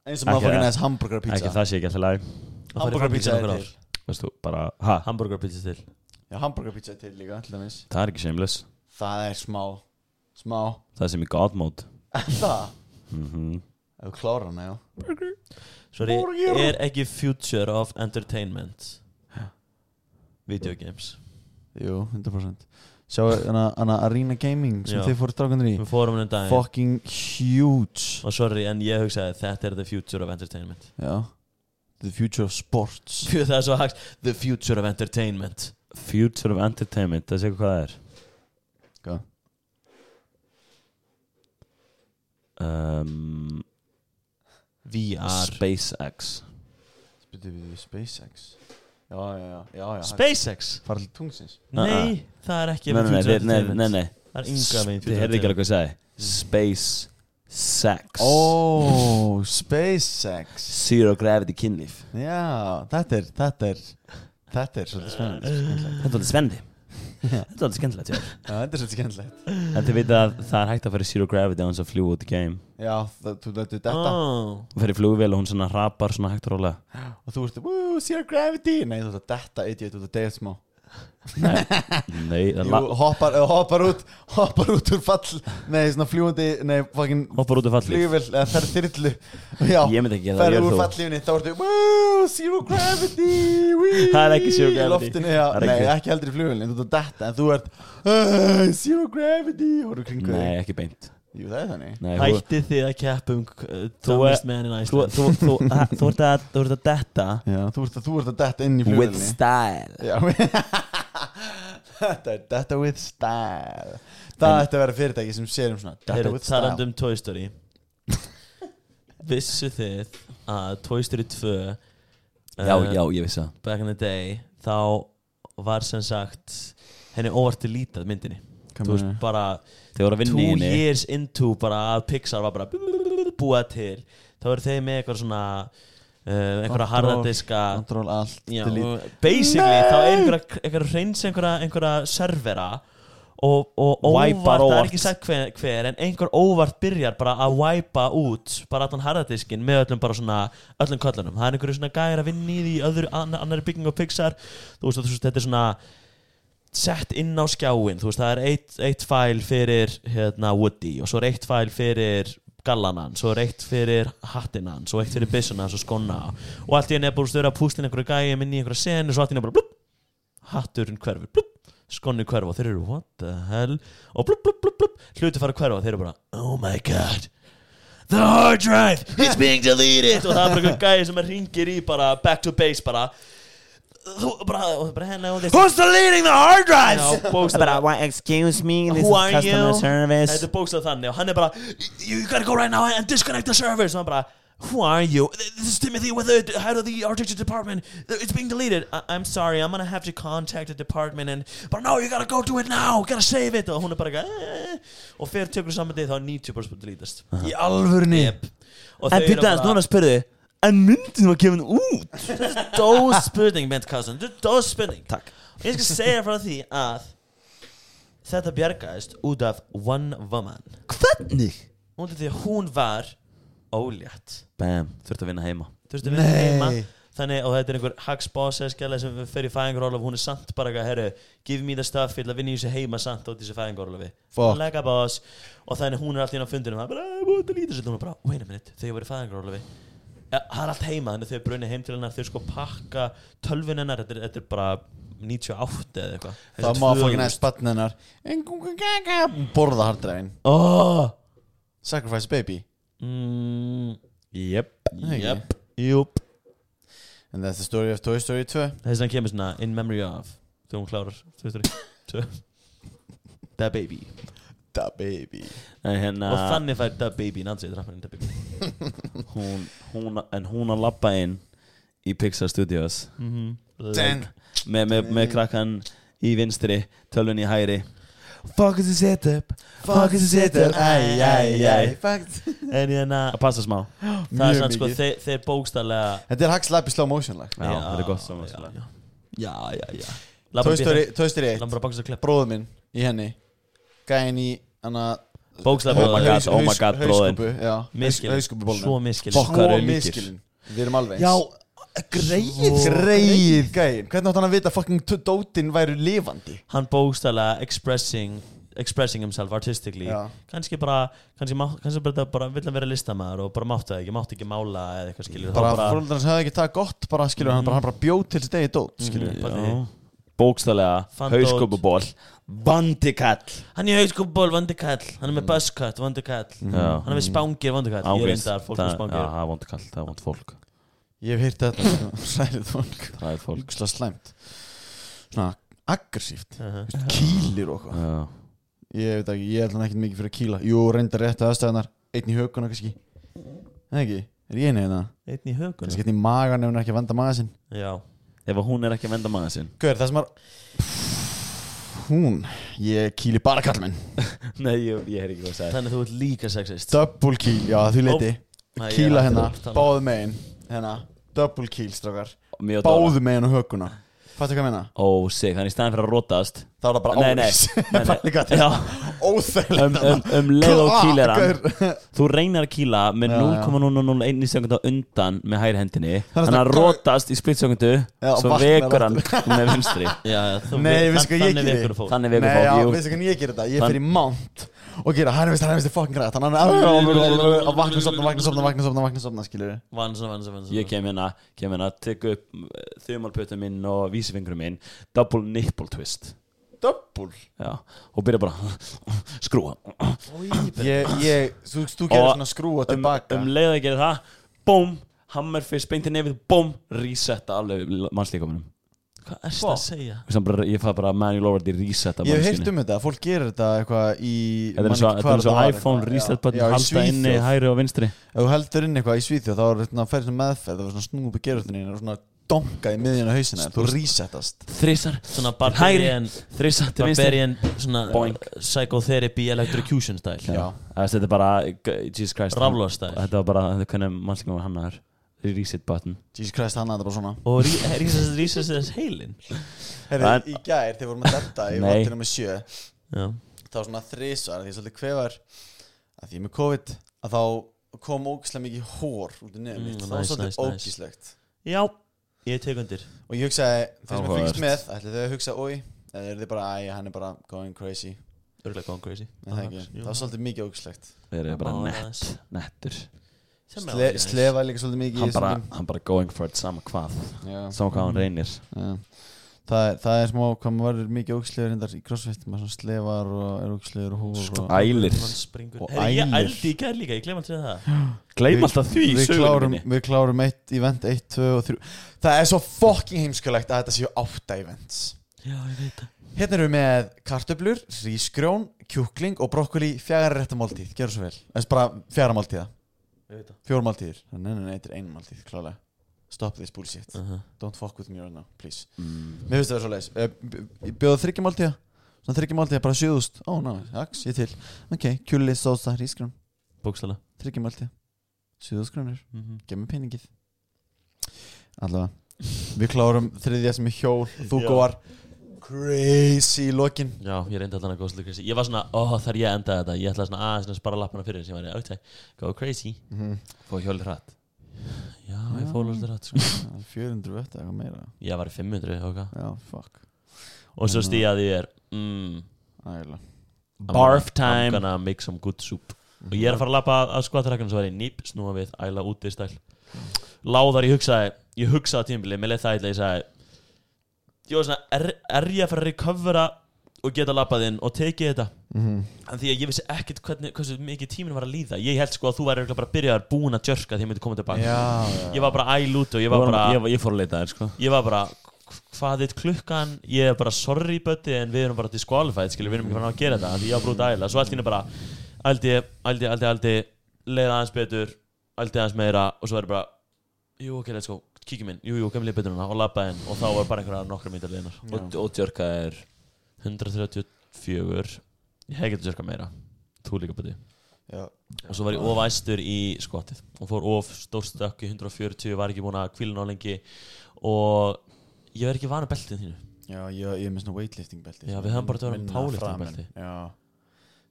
A: eins og maður
B: Ekki
A: fokkin
B: það.
A: aðeins
B: Ekki
A: hamburgerpizza
B: það sé ekki alltaf læg
A: Hamburgerpizza er til
B: Veist þú, bara, ha,
C: Hamburgerpizza til
A: Já, hamburgerpizza er til líka, til dæmis
B: það er ekki shameless
A: Það er smá, smá
B: Það er sem í god mode
A: Það
B: Mhm.
A: Ef þú klárar hana, já
C: Sorry, er ekki future of entertainment Video games
A: Jú, 100% Sjáu, hana, hana Arena Gaming sem
C: Já.
A: þið fóru strákunir í
C: Við fórum henni daginn
A: Fucking huge
C: Og sorry, en ég hugsaði þetta er the future of entertainment
A: Já The future of sports
C: Fjú, Það er svo haks The future of entertainment
B: Future of entertainment, það sé ekki hvað það er
A: Hvað?
B: um,
C: VR
B: SpaceX
A: Spytu við SpaceX Já, já, já, já, já
C: SpaceX
A: Farl tungsins
C: Nei, það er ekki
B: Uh-uh. Nei, nei,
C: the
B: nei,
C: future
B: þið-
C: of
B: nei, nei,
C: entertainment
B: nei
C: Það er yngra megin
B: Þið heyrðu ekki alveg hvað ég segi Space Sex
A: Ó, Oh, SpaceX
B: Zero Gravity Kynlíf
A: Já, þetta er, þetta er Þetta er svolítið spennandi skemmtilegt.
B: Þetta er alveg svendi Þetta er alveg skemmtilegt, já
A: Já, þetta er svolítið skemmtilegt
B: En þið veit að það er hægt að fara í Zero Gravity án þess að fljúa út í game
A: Já, það, þú lætur þetta
B: Ah.
C: oh.
B: Hún fer í flugvél og hún svona rapar svona hægt og rólega
A: og þú ert, woo, zero gravity Nei, þú ert að detta, idiot, þú ert að deyja smá
C: Nei, það la-
A: Jú, hoppar, eh, hoppar út hoppar út úr fall nei, svona fljúandi nei, fucking
C: hoppar út af fallið
A: flugvill eða ferð þyrlu já,
B: Ég myndi ekki gera það,
A: ferð
B: ég er
A: úr
B: þú.
A: fallífinni þá ertu "Woo, zero gravity wee!"
B: Það er ekki zero
A: í
B: gravity.
A: loftinu, já,
B: Það er
A: nei,
B: ekki-
A: ekki heldur í flugvillin þú ert að detta en þú ert "Ah, zero gravity horfðu kringu
B: Nei,
A: þig
B: ekki beint
A: jú, það er þannig
B: Nei, hú-
C: Hætti þið að keppa um uh,
B: Þú
C: Dumbest
B: er-
C: man in
B: Þú
C: Iceland
B: þú- þú- þú- þú ert að þú ert að detta
A: já, þú, ert að, þú ert að detta inn í
B: With
A: flugvillinni
B: style
A: Já. Þetta er Detta with style Það ætti að vera fyrirtæki sem sér um svona Detta
C: Heyrðu,
A: with
C: talandi
A: style
C: um Toy Story Vissu þið að Toy Story 2 uh,
B: Já, já, ég vissi það
C: Back in the day Þá var sem sagt Henni óvart delítað myndinni
A: Hvað
C: Þú veist
A: meinarðu?
C: bara
B: Þau voru að vinna
C: Two
B: í henni
C: years into bara að Pixar var bara búa til Þá eru þeir með eitthvað svona uh, Einhverja harðadiska
A: Control allt
C: Já,
A: delete.
C: og basically þá er einhverja, einhverja hreins einhverja, einhverja servera og, og óvart,
B: Wipar
C: það
B: óvart.
C: er ekki sagt hver, hver en einhver óvart byrjar bara að wipa út bara allan harðadiskin með öllum bara svona öllum köllunum, það er einhverju svona gæra vinni í því öðru, anna- annarri byggingu og Pixar þú veist, þú veist, þetta er svona sett inn á skjáin, þú veist, það er eitt, eitt fæl fyrir hérna, Woody og svo er eitt fæl fyrir gallanan, svo er eitt fyrir hattinan, svo eitt fyrir byssunan, svo skonna og allt í henni er búin stöður að pústin einhverju gæjum inn í einhverju senu, svo allt í henni er bara blub, hatturinn hverfur, blub, skonni hverfa og þeir eru what the hell og blub, blub, blub, blub, hluti fara að hverfa og þeir eru bara oh my god The hard drive, it's being deleted Og það er bara einhver gæði sem ringir í bara Back to base bara Þú bara, og það er bara henni og þess
B: Who's deleting the hard drives?
C: Já, bókstaflega.
B: Bara, excuse me, this
C: Who are
B: is customer
C: you?
B: service
C: Þetta er bókstað þannig og hann er bara You gotta go right now and disconnect the servers Og hann bara Who are you? This is Timothy with the head of the architecture department It's being deleted I I'm sorry, I'm gonna have to contact the department and But no, you gotta go do it now, gotta save it Og hún er bara eh, Og fyrir tökur samandið þá er 90% delítast
A: Í alvörni
C: Jep Og
B: En
C: þau eru
B: býta aðeins,
C: bara-
B: núna spurðu En myndin var gefin út
C: Dóð spurning, mynd Karlsson Þetta er Dóð spurning Takk Ég skal segja frá því að Þetta bjargaðist út af One Woman
B: Hvernig?
C: Út af því að hún var ólétt
B: Bam, þurfti að vinna heima
C: Þurftu að vinna heima
A: Nei.
C: Þannig, og þetta er einhver hagsboss eða skjæla sem fer í fæðingarólof hún er samt bara eitthvað, herru, give me the stuff ég ætla að vinna í þessu heima samt út í þessu fæðingarólofi
A: Fuck.
C: Lega boss og þannig hún er alltaf inn á fundunum það er bara, "Eh, búið að líta sér hún er bara, wait a minute, þegar ég var í fæðingarólofi ja, það er allt heima, þannig að þau brunni heim til hennar þau sko pakka tölvun hennar þetta er, þetta er bara 98 eða eitthvað
A: Það má að fókin aðeins batn hennar Borða hardræðin
C: oh,
A: Sacrifice baby
C: mm,
B: Jep
A: Ekki?
C: Jep, júp
A: And that's the story of Toy Story 2
C: Þess vegna kemur svona In memory of Þegar hún klárar Tvö, þrjú, tvö Da baby
A: Da baby
B: En hérna
C: Og þannig fær Da baby Nansi Drafnarinn Da baby
B: hún, hún, En hún að labba inn Í Pixar Studios
A: Den
B: Með me, me krakkan í vinstri Tölvun í hæri Fuck is the setup Fuck is the setup Æ, æ, æ
A: Fact
C: En ég enna
B: Að passa smá Já,
C: Það er
A: Mjög
C: svona sko
A: mikið.
C: Þeir, þeir bókstallega
A: Þetta er hagslap í slow motion lag
B: þetta er gott sko. svo
C: Já,
B: mjög
C: já, já, já.
A: Toy Story Toy Story 1
C: Lambra baksa klepp
A: Bróður minn í henni Gæin í Hanna
C: Bókstallega
B: Oh my
C: bróðir.
B: god, oh my god, bróðin.
A: bróðin
C: Misskilin Svo
A: Hauskúpubólnum
C: misskilin
B: Fuck.
A: Svo
B: Okkar eru líkir.
A: miskilin Við erum alveg eins
B: greið
A: Greið gæin Hvernig átt hann að vita að fucking t- dótin væru lifandi
C: Hann bókstallega expressing expressing himself artistically
A: Já.
C: kannski bara kannski, má- kannski bara, bara vill að vera listamaður og bara mátti það ekki mátti ekki mála eða eitthvað skilur
A: Bara, bara fólundar hans hefði ekki það gott bara skilur hann bara, hann bara bjóð til stegi dót skilur mm,
B: Bókstælega
C: Fandót.
B: Hauðskupuból Vandikall
C: Hann er hauskúpból vandikall, hann er með buzzcut vandikall,
B: Mm. Já.
C: hann er með spangir vandikall Ég
B: Ángríns.
C: reyndar fólk með
B: Það- Já,
C: spangir
B: það er vondkall Það er vond fólk
A: Ég hef heyrt þetta Sælið fólk
B: Það er fólk
A: Líkslega slæmt Svona aggressíft
C: Uh-huh.
A: Kýlir og eitthvað
B: Já
A: Ég veit ekki, ég ætla ekki mikið fyrir að kýla Jú, reyndar rétt að aðstæðanar Einn í hökuna kannski Nei ekki, er ég neina
C: Einn í högun
A: Kannski einn í magan ef hún er ekki að vanda maga sinn
C: Já,
B: Ef að hún er ekki að venda maður sinn
A: Hver, það sem var Hún, ég kýli bara kallmenn
B: Nei, ég, ég er ekki hvað að segja
C: þannig að þú ert líka sexist
A: Double kýl, já því leiti
C: Nei, ég er
A: Kýla
C: ekki
A: hérna,
C: að tala.
A: báðu megin Hérna, double kýl strákar
B: Mjög
A: Báðu megin á hökuna Fattu hvað ég meina?
B: Ó, sig, þannig í staðin fyrir að rótast
A: Þá er það bara
B: Nei, nei,
A: árís.
B: nei,
A: Fattu hvað
B: nei.
A: ég
B: Já,
A: meina? Óþægilegt
B: um, um,
A: þarna.
B: um leið og
A: Kla-
B: kýlir hann
A: gaur.
B: Þú reynar að kýla með
A: Já, já.
B: 0,001 sekund á undan með hægri hendinni
A: Þannig að
B: Þannig að
A: það-
B: rótast í splitsekundu
A: Já,
B: Svo
A: vaknar
B: vekur hann
A: aftur.
B: með vinstri
C: Já, þú-
A: Nei,
C: þann-
A: veistu hvað ég
C: Þannig
A: geri?
C: vekur fólk
B: Þannig vekur
A: Nei, já,
B: fólk,
A: veistu hvernig ég gerir þetta? Ég
B: Þann-
A: fyrir mount og gera, hann er veist, hann er veist, fucking rætt Hann er að vakna, sopna, vakna, sopna, vakna, sopna, vakna, sopna, skilur við
C: Vansa, vansa, vansa
B: jú Ég kem hérna, kem hérna, tek upp þumalpötum minn og vísifingrum minn Double nipple twist
A: Döbbul
B: Já, og byrja bara skrúa
A: Ég, ég, þú, þú gerir
B: Og
A: svona skrúa
B: um,
A: tilbaka
B: um leið að gera það, búm Hammerfist, beinti nefið, búm Resetta alveg mannslíkamunum
C: Hvað er það að segja?
B: Ég bara, ég fæ bara manual already resetta
A: Ég hef
B: manneskjunni.
A: heyrt um þetta, fólk gerir þetta eitthvað í
B: Þetta er eins og- þetta er eins og iPhone reset button halda inni
A: hæ
B: hægri og vinstri
A: Ef þú heldur inn eitthvað í Svíþjóð þá er þetta að ferja svona meðferð það var svona snúið upp í gerutinu og svona donga í miðjun á hausinu þú resetast
B: Þrísar,
C: Svona barbarian
B: þrísar til vinstri
C: Barbarian svona uh,
B: Boing.
C: Psychotherapy electrocution style
B: Já, Þessi, þetta er bara, Jesus Christ
C: Rafloðstæl.
B: Þetta var bara, þetta er hvernig mannslíkum var hannaður Reset button
A: Jesus Christ, hann er bara svona
C: Og rísast rísast þess heilin
A: Herri,
B: En-
A: í gær þegar vorum að detta í
B: Nei.
A: vatninu með sjö
C: Já
A: þá svona þrisvar, því ég er svolítið kvefar að því ég er með COVID að þá kom ógislega mikið hór út í nefn
C: Mm,
A: mitt, það var
C: nice,
A: svolítið
C: nice, nice.
A: ógislegt
C: Já, ég tek undir
A: og ég hugsaði, þeir sem ég
B: Áhugavert.
A: fylgist með ætli þau að hugsa, oi, eða eru þið bara, æ, hann er bara going crazy,
C: Örgulega gone crazy
A: en það ekki það var svolítið mikið ógislegt
B: Þeir eru bara
C: Ó,
B: nett,
C: nice.
B: nettur
A: Sle, slefa líka svolítið mikið í
B: hann bara,
A: þessum-
B: hann bara going for it, sama hvað
A: Já.
B: Sama hvað hann reynir
A: Já. Það, er- það er smá hvað maður verður mikið ógislegur hendar í crossfit maður svona slefar og er ógislegur og hór og
B: Ælir,
A: Og
C: Og ælir Ég
A: ælir.
C: ældi í gær líka, ég gleym að til það
B: gleym alltaf því í
A: við
B: sögunni
A: klárum,
B: minni.
A: við klárum eitt event, eitt, tvö og þrjú Það er svo fucking heimskulegt að þetta séu átta events
C: Já, ég veit það
A: Hérna erum við með kartöblur, rísgrjón, kjúkling og brokkoli fjagara réttamáltíð, gerðu svo vel Þess bara fjagara máltíða,
C: Ég veit það
A: fjórmáltíðir Nei, nei, nei, þetta er einmáltíð, klálega Stop this bullshit,
C: Uh-huh.
A: don't fuck with me right now, please Mér finnst Eh, það að vera svo leis Bjóðu þryggjumáltíða, svona þryggjumáltíða, bara sjöðust Ó, ná, jaks, ég til Ok, kjúli, sósa, rísgrjón,
C: Bókstala
A: þryggjumáltíða Sjöðustgrjónir, gef mér peningið Allavega Við klárum þriðja sem er hjól, þú
C: Já.
A: góðar Crazy í lokin
C: Já, ég reyndi allan að góðslega crazy Ég var svona, ó þar ég endaði þetta Ég ætlaði svona aðeins að spara lappana fyrir sem var ég, ok, go crazy Mhm.
B: Fóðu hjólið hratt
C: Já, ég fór lóðslega rætt sko.
A: 400 vett eða eitthvað meira
C: Ég var í 500 og hvað
A: Já, fuck
C: Og svo stíðaði ég er mm,
A: Ægilega
B: Barf
C: I'm
B: time Mhm.
C: gonna make some good soup Og ég er að fara að lappa að skvattrakkan Svo var ég nýp, snúa við, æla út við stæl Láðar ég hugsaði Ég hugsaði á tímabilið, mér leið það ætla ég sagði Ég var svona, er, er ég að fara að recovera Og geta lappað inn og tekið þetta
B: Mhm.
C: En því að ég vissi ekkert hvernig, hversu mikið tíminn var að líða Ég held sko að þú væri örugglega bara byrjaðar búin að jörka Því ég myndi koma tilbaka
A: Já, já
C: Ég var bara æl út og ég
B: Ég
C: var
B: var-
C: bara
B: ég var- Ég fór að leita þér sko
C: ég var bara hvað er klukkan, ég er bara sorry buddy en við erum bara disqualified skilur, við erum ekki fann að gera þetta af því ég var brútið æla, svo allt hérna bara aldi, aldi, aldi, aldi, leiða aðeins betur aldi aðeins meira og svo er bara jú ok, let's go, kíkjum inn jú, jú, kemur leið betur núna og labbaði inn og þá var bara einhverja nokkra mýndar leiðinar
B: Og- Og djörka er
C: 134 ég hef getur sérka meira, þú líka buddy
A: Já,
C: og svo var ég ofæstur í skotið og fór of stórst ökk í 140 var ekki búin að kvílina á lengi og ég verð ekki vanað beltið þínu
A: já ég, ég er með svona weightlifting belti
C: Já, við höfum bara að vera með
A: Minna
C: powerlifting
A: framan.
C: belti.
A: Já,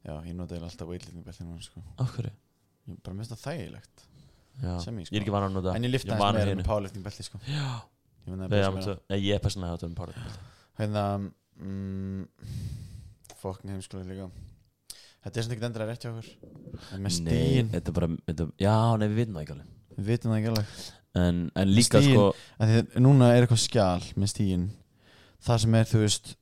A: já ég notaði alltaf weightlifting belti núna sko
C: af hverju?
A: Ég er bara mest að þægilegt
C: Já.
A: Sem ég, sko.
C: er ekki vanað að nota
A: En ég lifta
C: er
A: hans
C: vanur
A: meira
C: hinu.
A: með powerlifting belti sko Já Ég mun að
C: Nei,
A: byrja
C: já, menn
A: meira
C: svo- Nei, ég er persónulega hægt um powerlifting
A: Hérna mm, Fucking heimskulega líka Þetta er svona ekkert endur að réttja okkur En með stíin
B: þetta er bara þetta, Já, nei, við vitum það ekki alveg
A: Við vitum það ekki alveg
B: En, en líka
A: Stigin-
B: sko
A: að því að núna er eitthvað skjal með stíin það sem er þú veist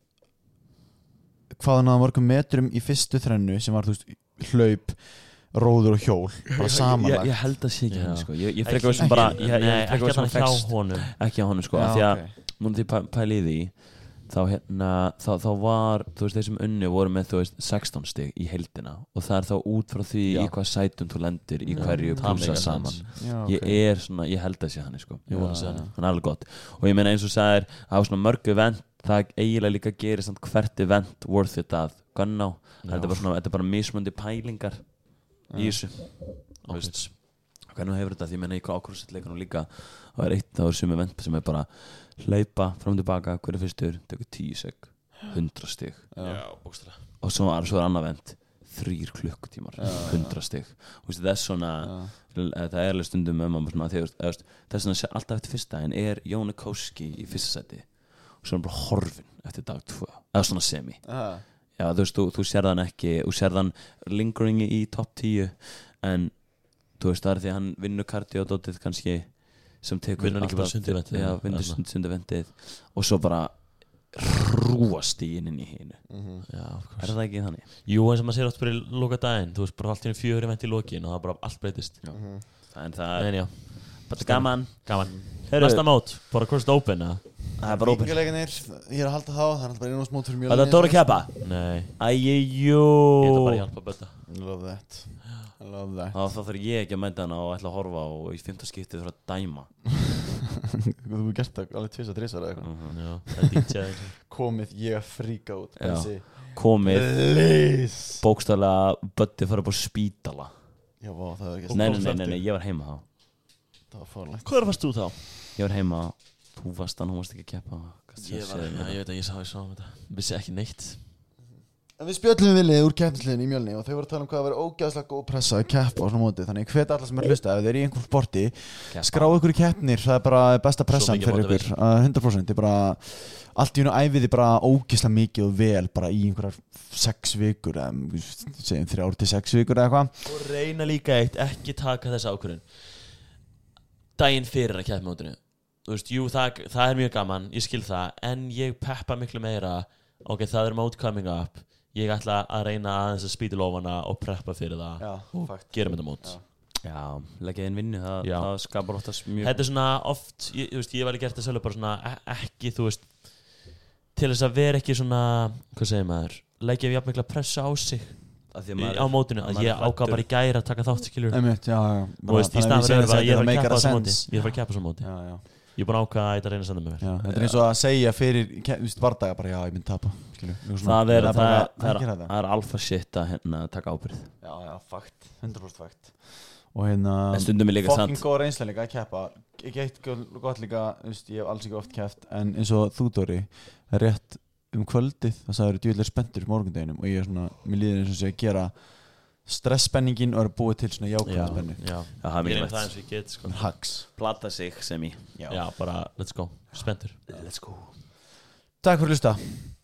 A: hvað hann að mörgum metrum í fyrstu þrennu sem var þú veist hlaup róður og hjól bara
B: ég,
A: samanlagt
B: ég held að sé ekki
C: Já.
B: hann sko Ég, ég
C: Ekki-
B: frekar þessum bara
C: ekki-
B: ég, ég,
C: Nei,
B: ég frekar
C: ekki
B: þessum
C: að hann hjá
B: fekst
C: honum
B: Ekki á honum sko
A: Já,
B: af Því að
A: ok.
B: núna því ég pæ- pæli í því Þá hérna Þá, þá var Þú veist þeir sem unnu voru með þú veist 16 stig í heldina Og það er þá út frá því
C: Já.
B: í hvað sætum þú lendir Í hverju
C: það
B: púsa
C: meikar
B: saman
A: Já, ok.
B: Ég er svona Ég held að sé hann sko Ég
A: Já,
B: voru að segja
A: já.
B: hann Hann er alveg gott Og ég meina eins og sagðir Á svona mörgu event Það eiginlega líka gerir samt hvert event worth it að Gunná Þetta er bara svona Þetta er bara mismundi pælingar Í þessu
C: Ok.
B: hvernig þú hefur þetta því ég menna í ákvörðsleikunum líka það er eitt, það er sumi vent sem er bara hlaupa fram og tilbaka, hver er fyrstur tekur 10 sek, 100 stig
C: Já, bókstæðlega
B: og svo er, svo er annað vend þrýr klukkutímar, 100 stig Þú veist, það er svona það er alveg stundum um að maður þegar það er svona sé- alltaf eftir fyrsta en er Jóni Kóski í fyrsta seti og svo er hann bara horfin eftir dag 2 eða svona semi
A: Ah.
B: Já, þú veist, þú, þú sér þann ekki þú sér þann lingering í top 10 en þú veist, það er því að hann vinnur kardiodótið kannski sem tekur
C: Vinnur hann ekki bara
B: alltaf-
C: sundurventið?
B: Já, vinnur
C: Þarna.
B: sund, sunduvendið og svo bara rúast í inn í hinu
C: Já, of course.
B: Er það ekki þannig?
C: Jú, eins og maður segir átt bara í loka daginn Þú veist, bara allt í einu fjögur event í lokin og það bara allt breytist Já,
B: En það
C: en
B: er
C: já,
B: bara gaman
C: gaman
B: Heyrðu.
C: Næsta mót, bara Crossed Open eða?
B: Það er bara ópinn
A: Vikinguleikinir, ég er að halda þá Það er alltaf bara einu og smótur mjög
B: Þetta er Dóra Keppa
C: Nei,
B: Æjú
C: ég ætla bara að hjálpa að bötta
A: I love that I love that
B: Þá þá þarf ég ekki að mæta hana og ætla að horfa og í fymta skiptið þarf að dæma
A: Þú hefur gert það alveg tvisa, þrisa eða eitthvað
C: Já, það er DJ
A: Komið ég að fríka út
B: Mhm. Já.
A: Bensi.
B: Komið
A: Please
B: bókstæðlega Bötti fara upp á spítala
A: Já, vá, það hefur ekki
B: Nei, nei, nei, nei, nei, ég var heima þá
A: Það var fórlegt
C: Hvað er fast þú þá?
B: Ég var heima Þú varst hann, hún varst ekki að keppa Kannski
C: Ég, var,
B: séð
C: já,
B: þetta.
C: ég veit að ég sá ég sá um þetta Vissi ekki neitt
A: En við spjöllum vilið úr keppnisliðin í mjölni og þau voru að tala um hvað það verið ógæðslega góð pressa að keppa á svona móti þannig hvet alla sem er að hlusta ef þau eru í einhver sporti skráu ykkur í keppnir það er bara besta pressan
C: mikið
A: fyrir ykkur
C: motivation.
A: uh, 100% Þið bara, allt í hún æfið þið bara ógæðslega mikið og vel bara í einhverjar 6 vikur eða, mm, segjum 3 ár til 6 vikur eða eitthvað
C: Og reyna líka eitt, ekki taka þessa ákvörðun Daginn fyrir að keppa mótinu Þú veist, jú, það, það er mjög gaman, ég skil það En ég peppa miklu meira Ok, það er mót coming up Ég ætla að reyna aðeins að spýta lofana og preppa fyrir það
A: Já,
C: og
A: fakt.
C: gerum þetta mót
B: Já, leggja inn vinnu Það,
C: Já.
B: það skapar oftast mjög
C: Þetta er svona oft, ég, þú veist, ég var að gert það sjálf bara svona e- ekki, þú veist til þess að vera ekki svona hvað segir maður, leggja við jafnmikla pressu á sig
B: Af því að
C: í,
B: maður-
C: á mótinu að
B: maður
C: ég
B: er
C: ákvað bara í gæri að taka þátt skilur þú
A: Einmitt, já, já, bara,
C: veist, í
A: þannig að
C: staðan
A: við segjum
C: fyrir að vera bara, ég
A: þetta make
C: er að keppa á þessu
A: a
C: móti
A: sense.
C: ég er bara að keppa á þessu móti,
A: Já, já,
C: ég er búin að ákvað að þetta reyna að senda mér
A: já, þetta er eins og að segja fyrir ke- þú veist, bardaga bara já, ég mynd tapa skilju. Svona-
B: Það er, það,
A: bara-
B: er, það,
A: gera
B: er, það er alfa shit að hérna taka ábyrð
A: Já, já, fakt, 100% fakt Og hérna
B: En stundum er líka
A: Fokkin
B: sant.
A: góð reynsla líka að keppa Ekki eitt gó- gott líka, þú veist, ég hef alls ekki oft keppt En eins og þú Dóri, það er rétt um kvöldið Það sagður djúðlega spenntur morgundeginum Og ég er svona, mér líður eins og sé að gera Stressspenningin og er búið til svona jákvæða spennu
C: já,
B: Já, það er
C: ég
B: mikilvægt.
C: reyna það eins og ég get sko.
A: Hags
B: Plata sig sem í
C: já, bara, let's go, spendur
B: Let's go
A: Takk fyrir að hlusta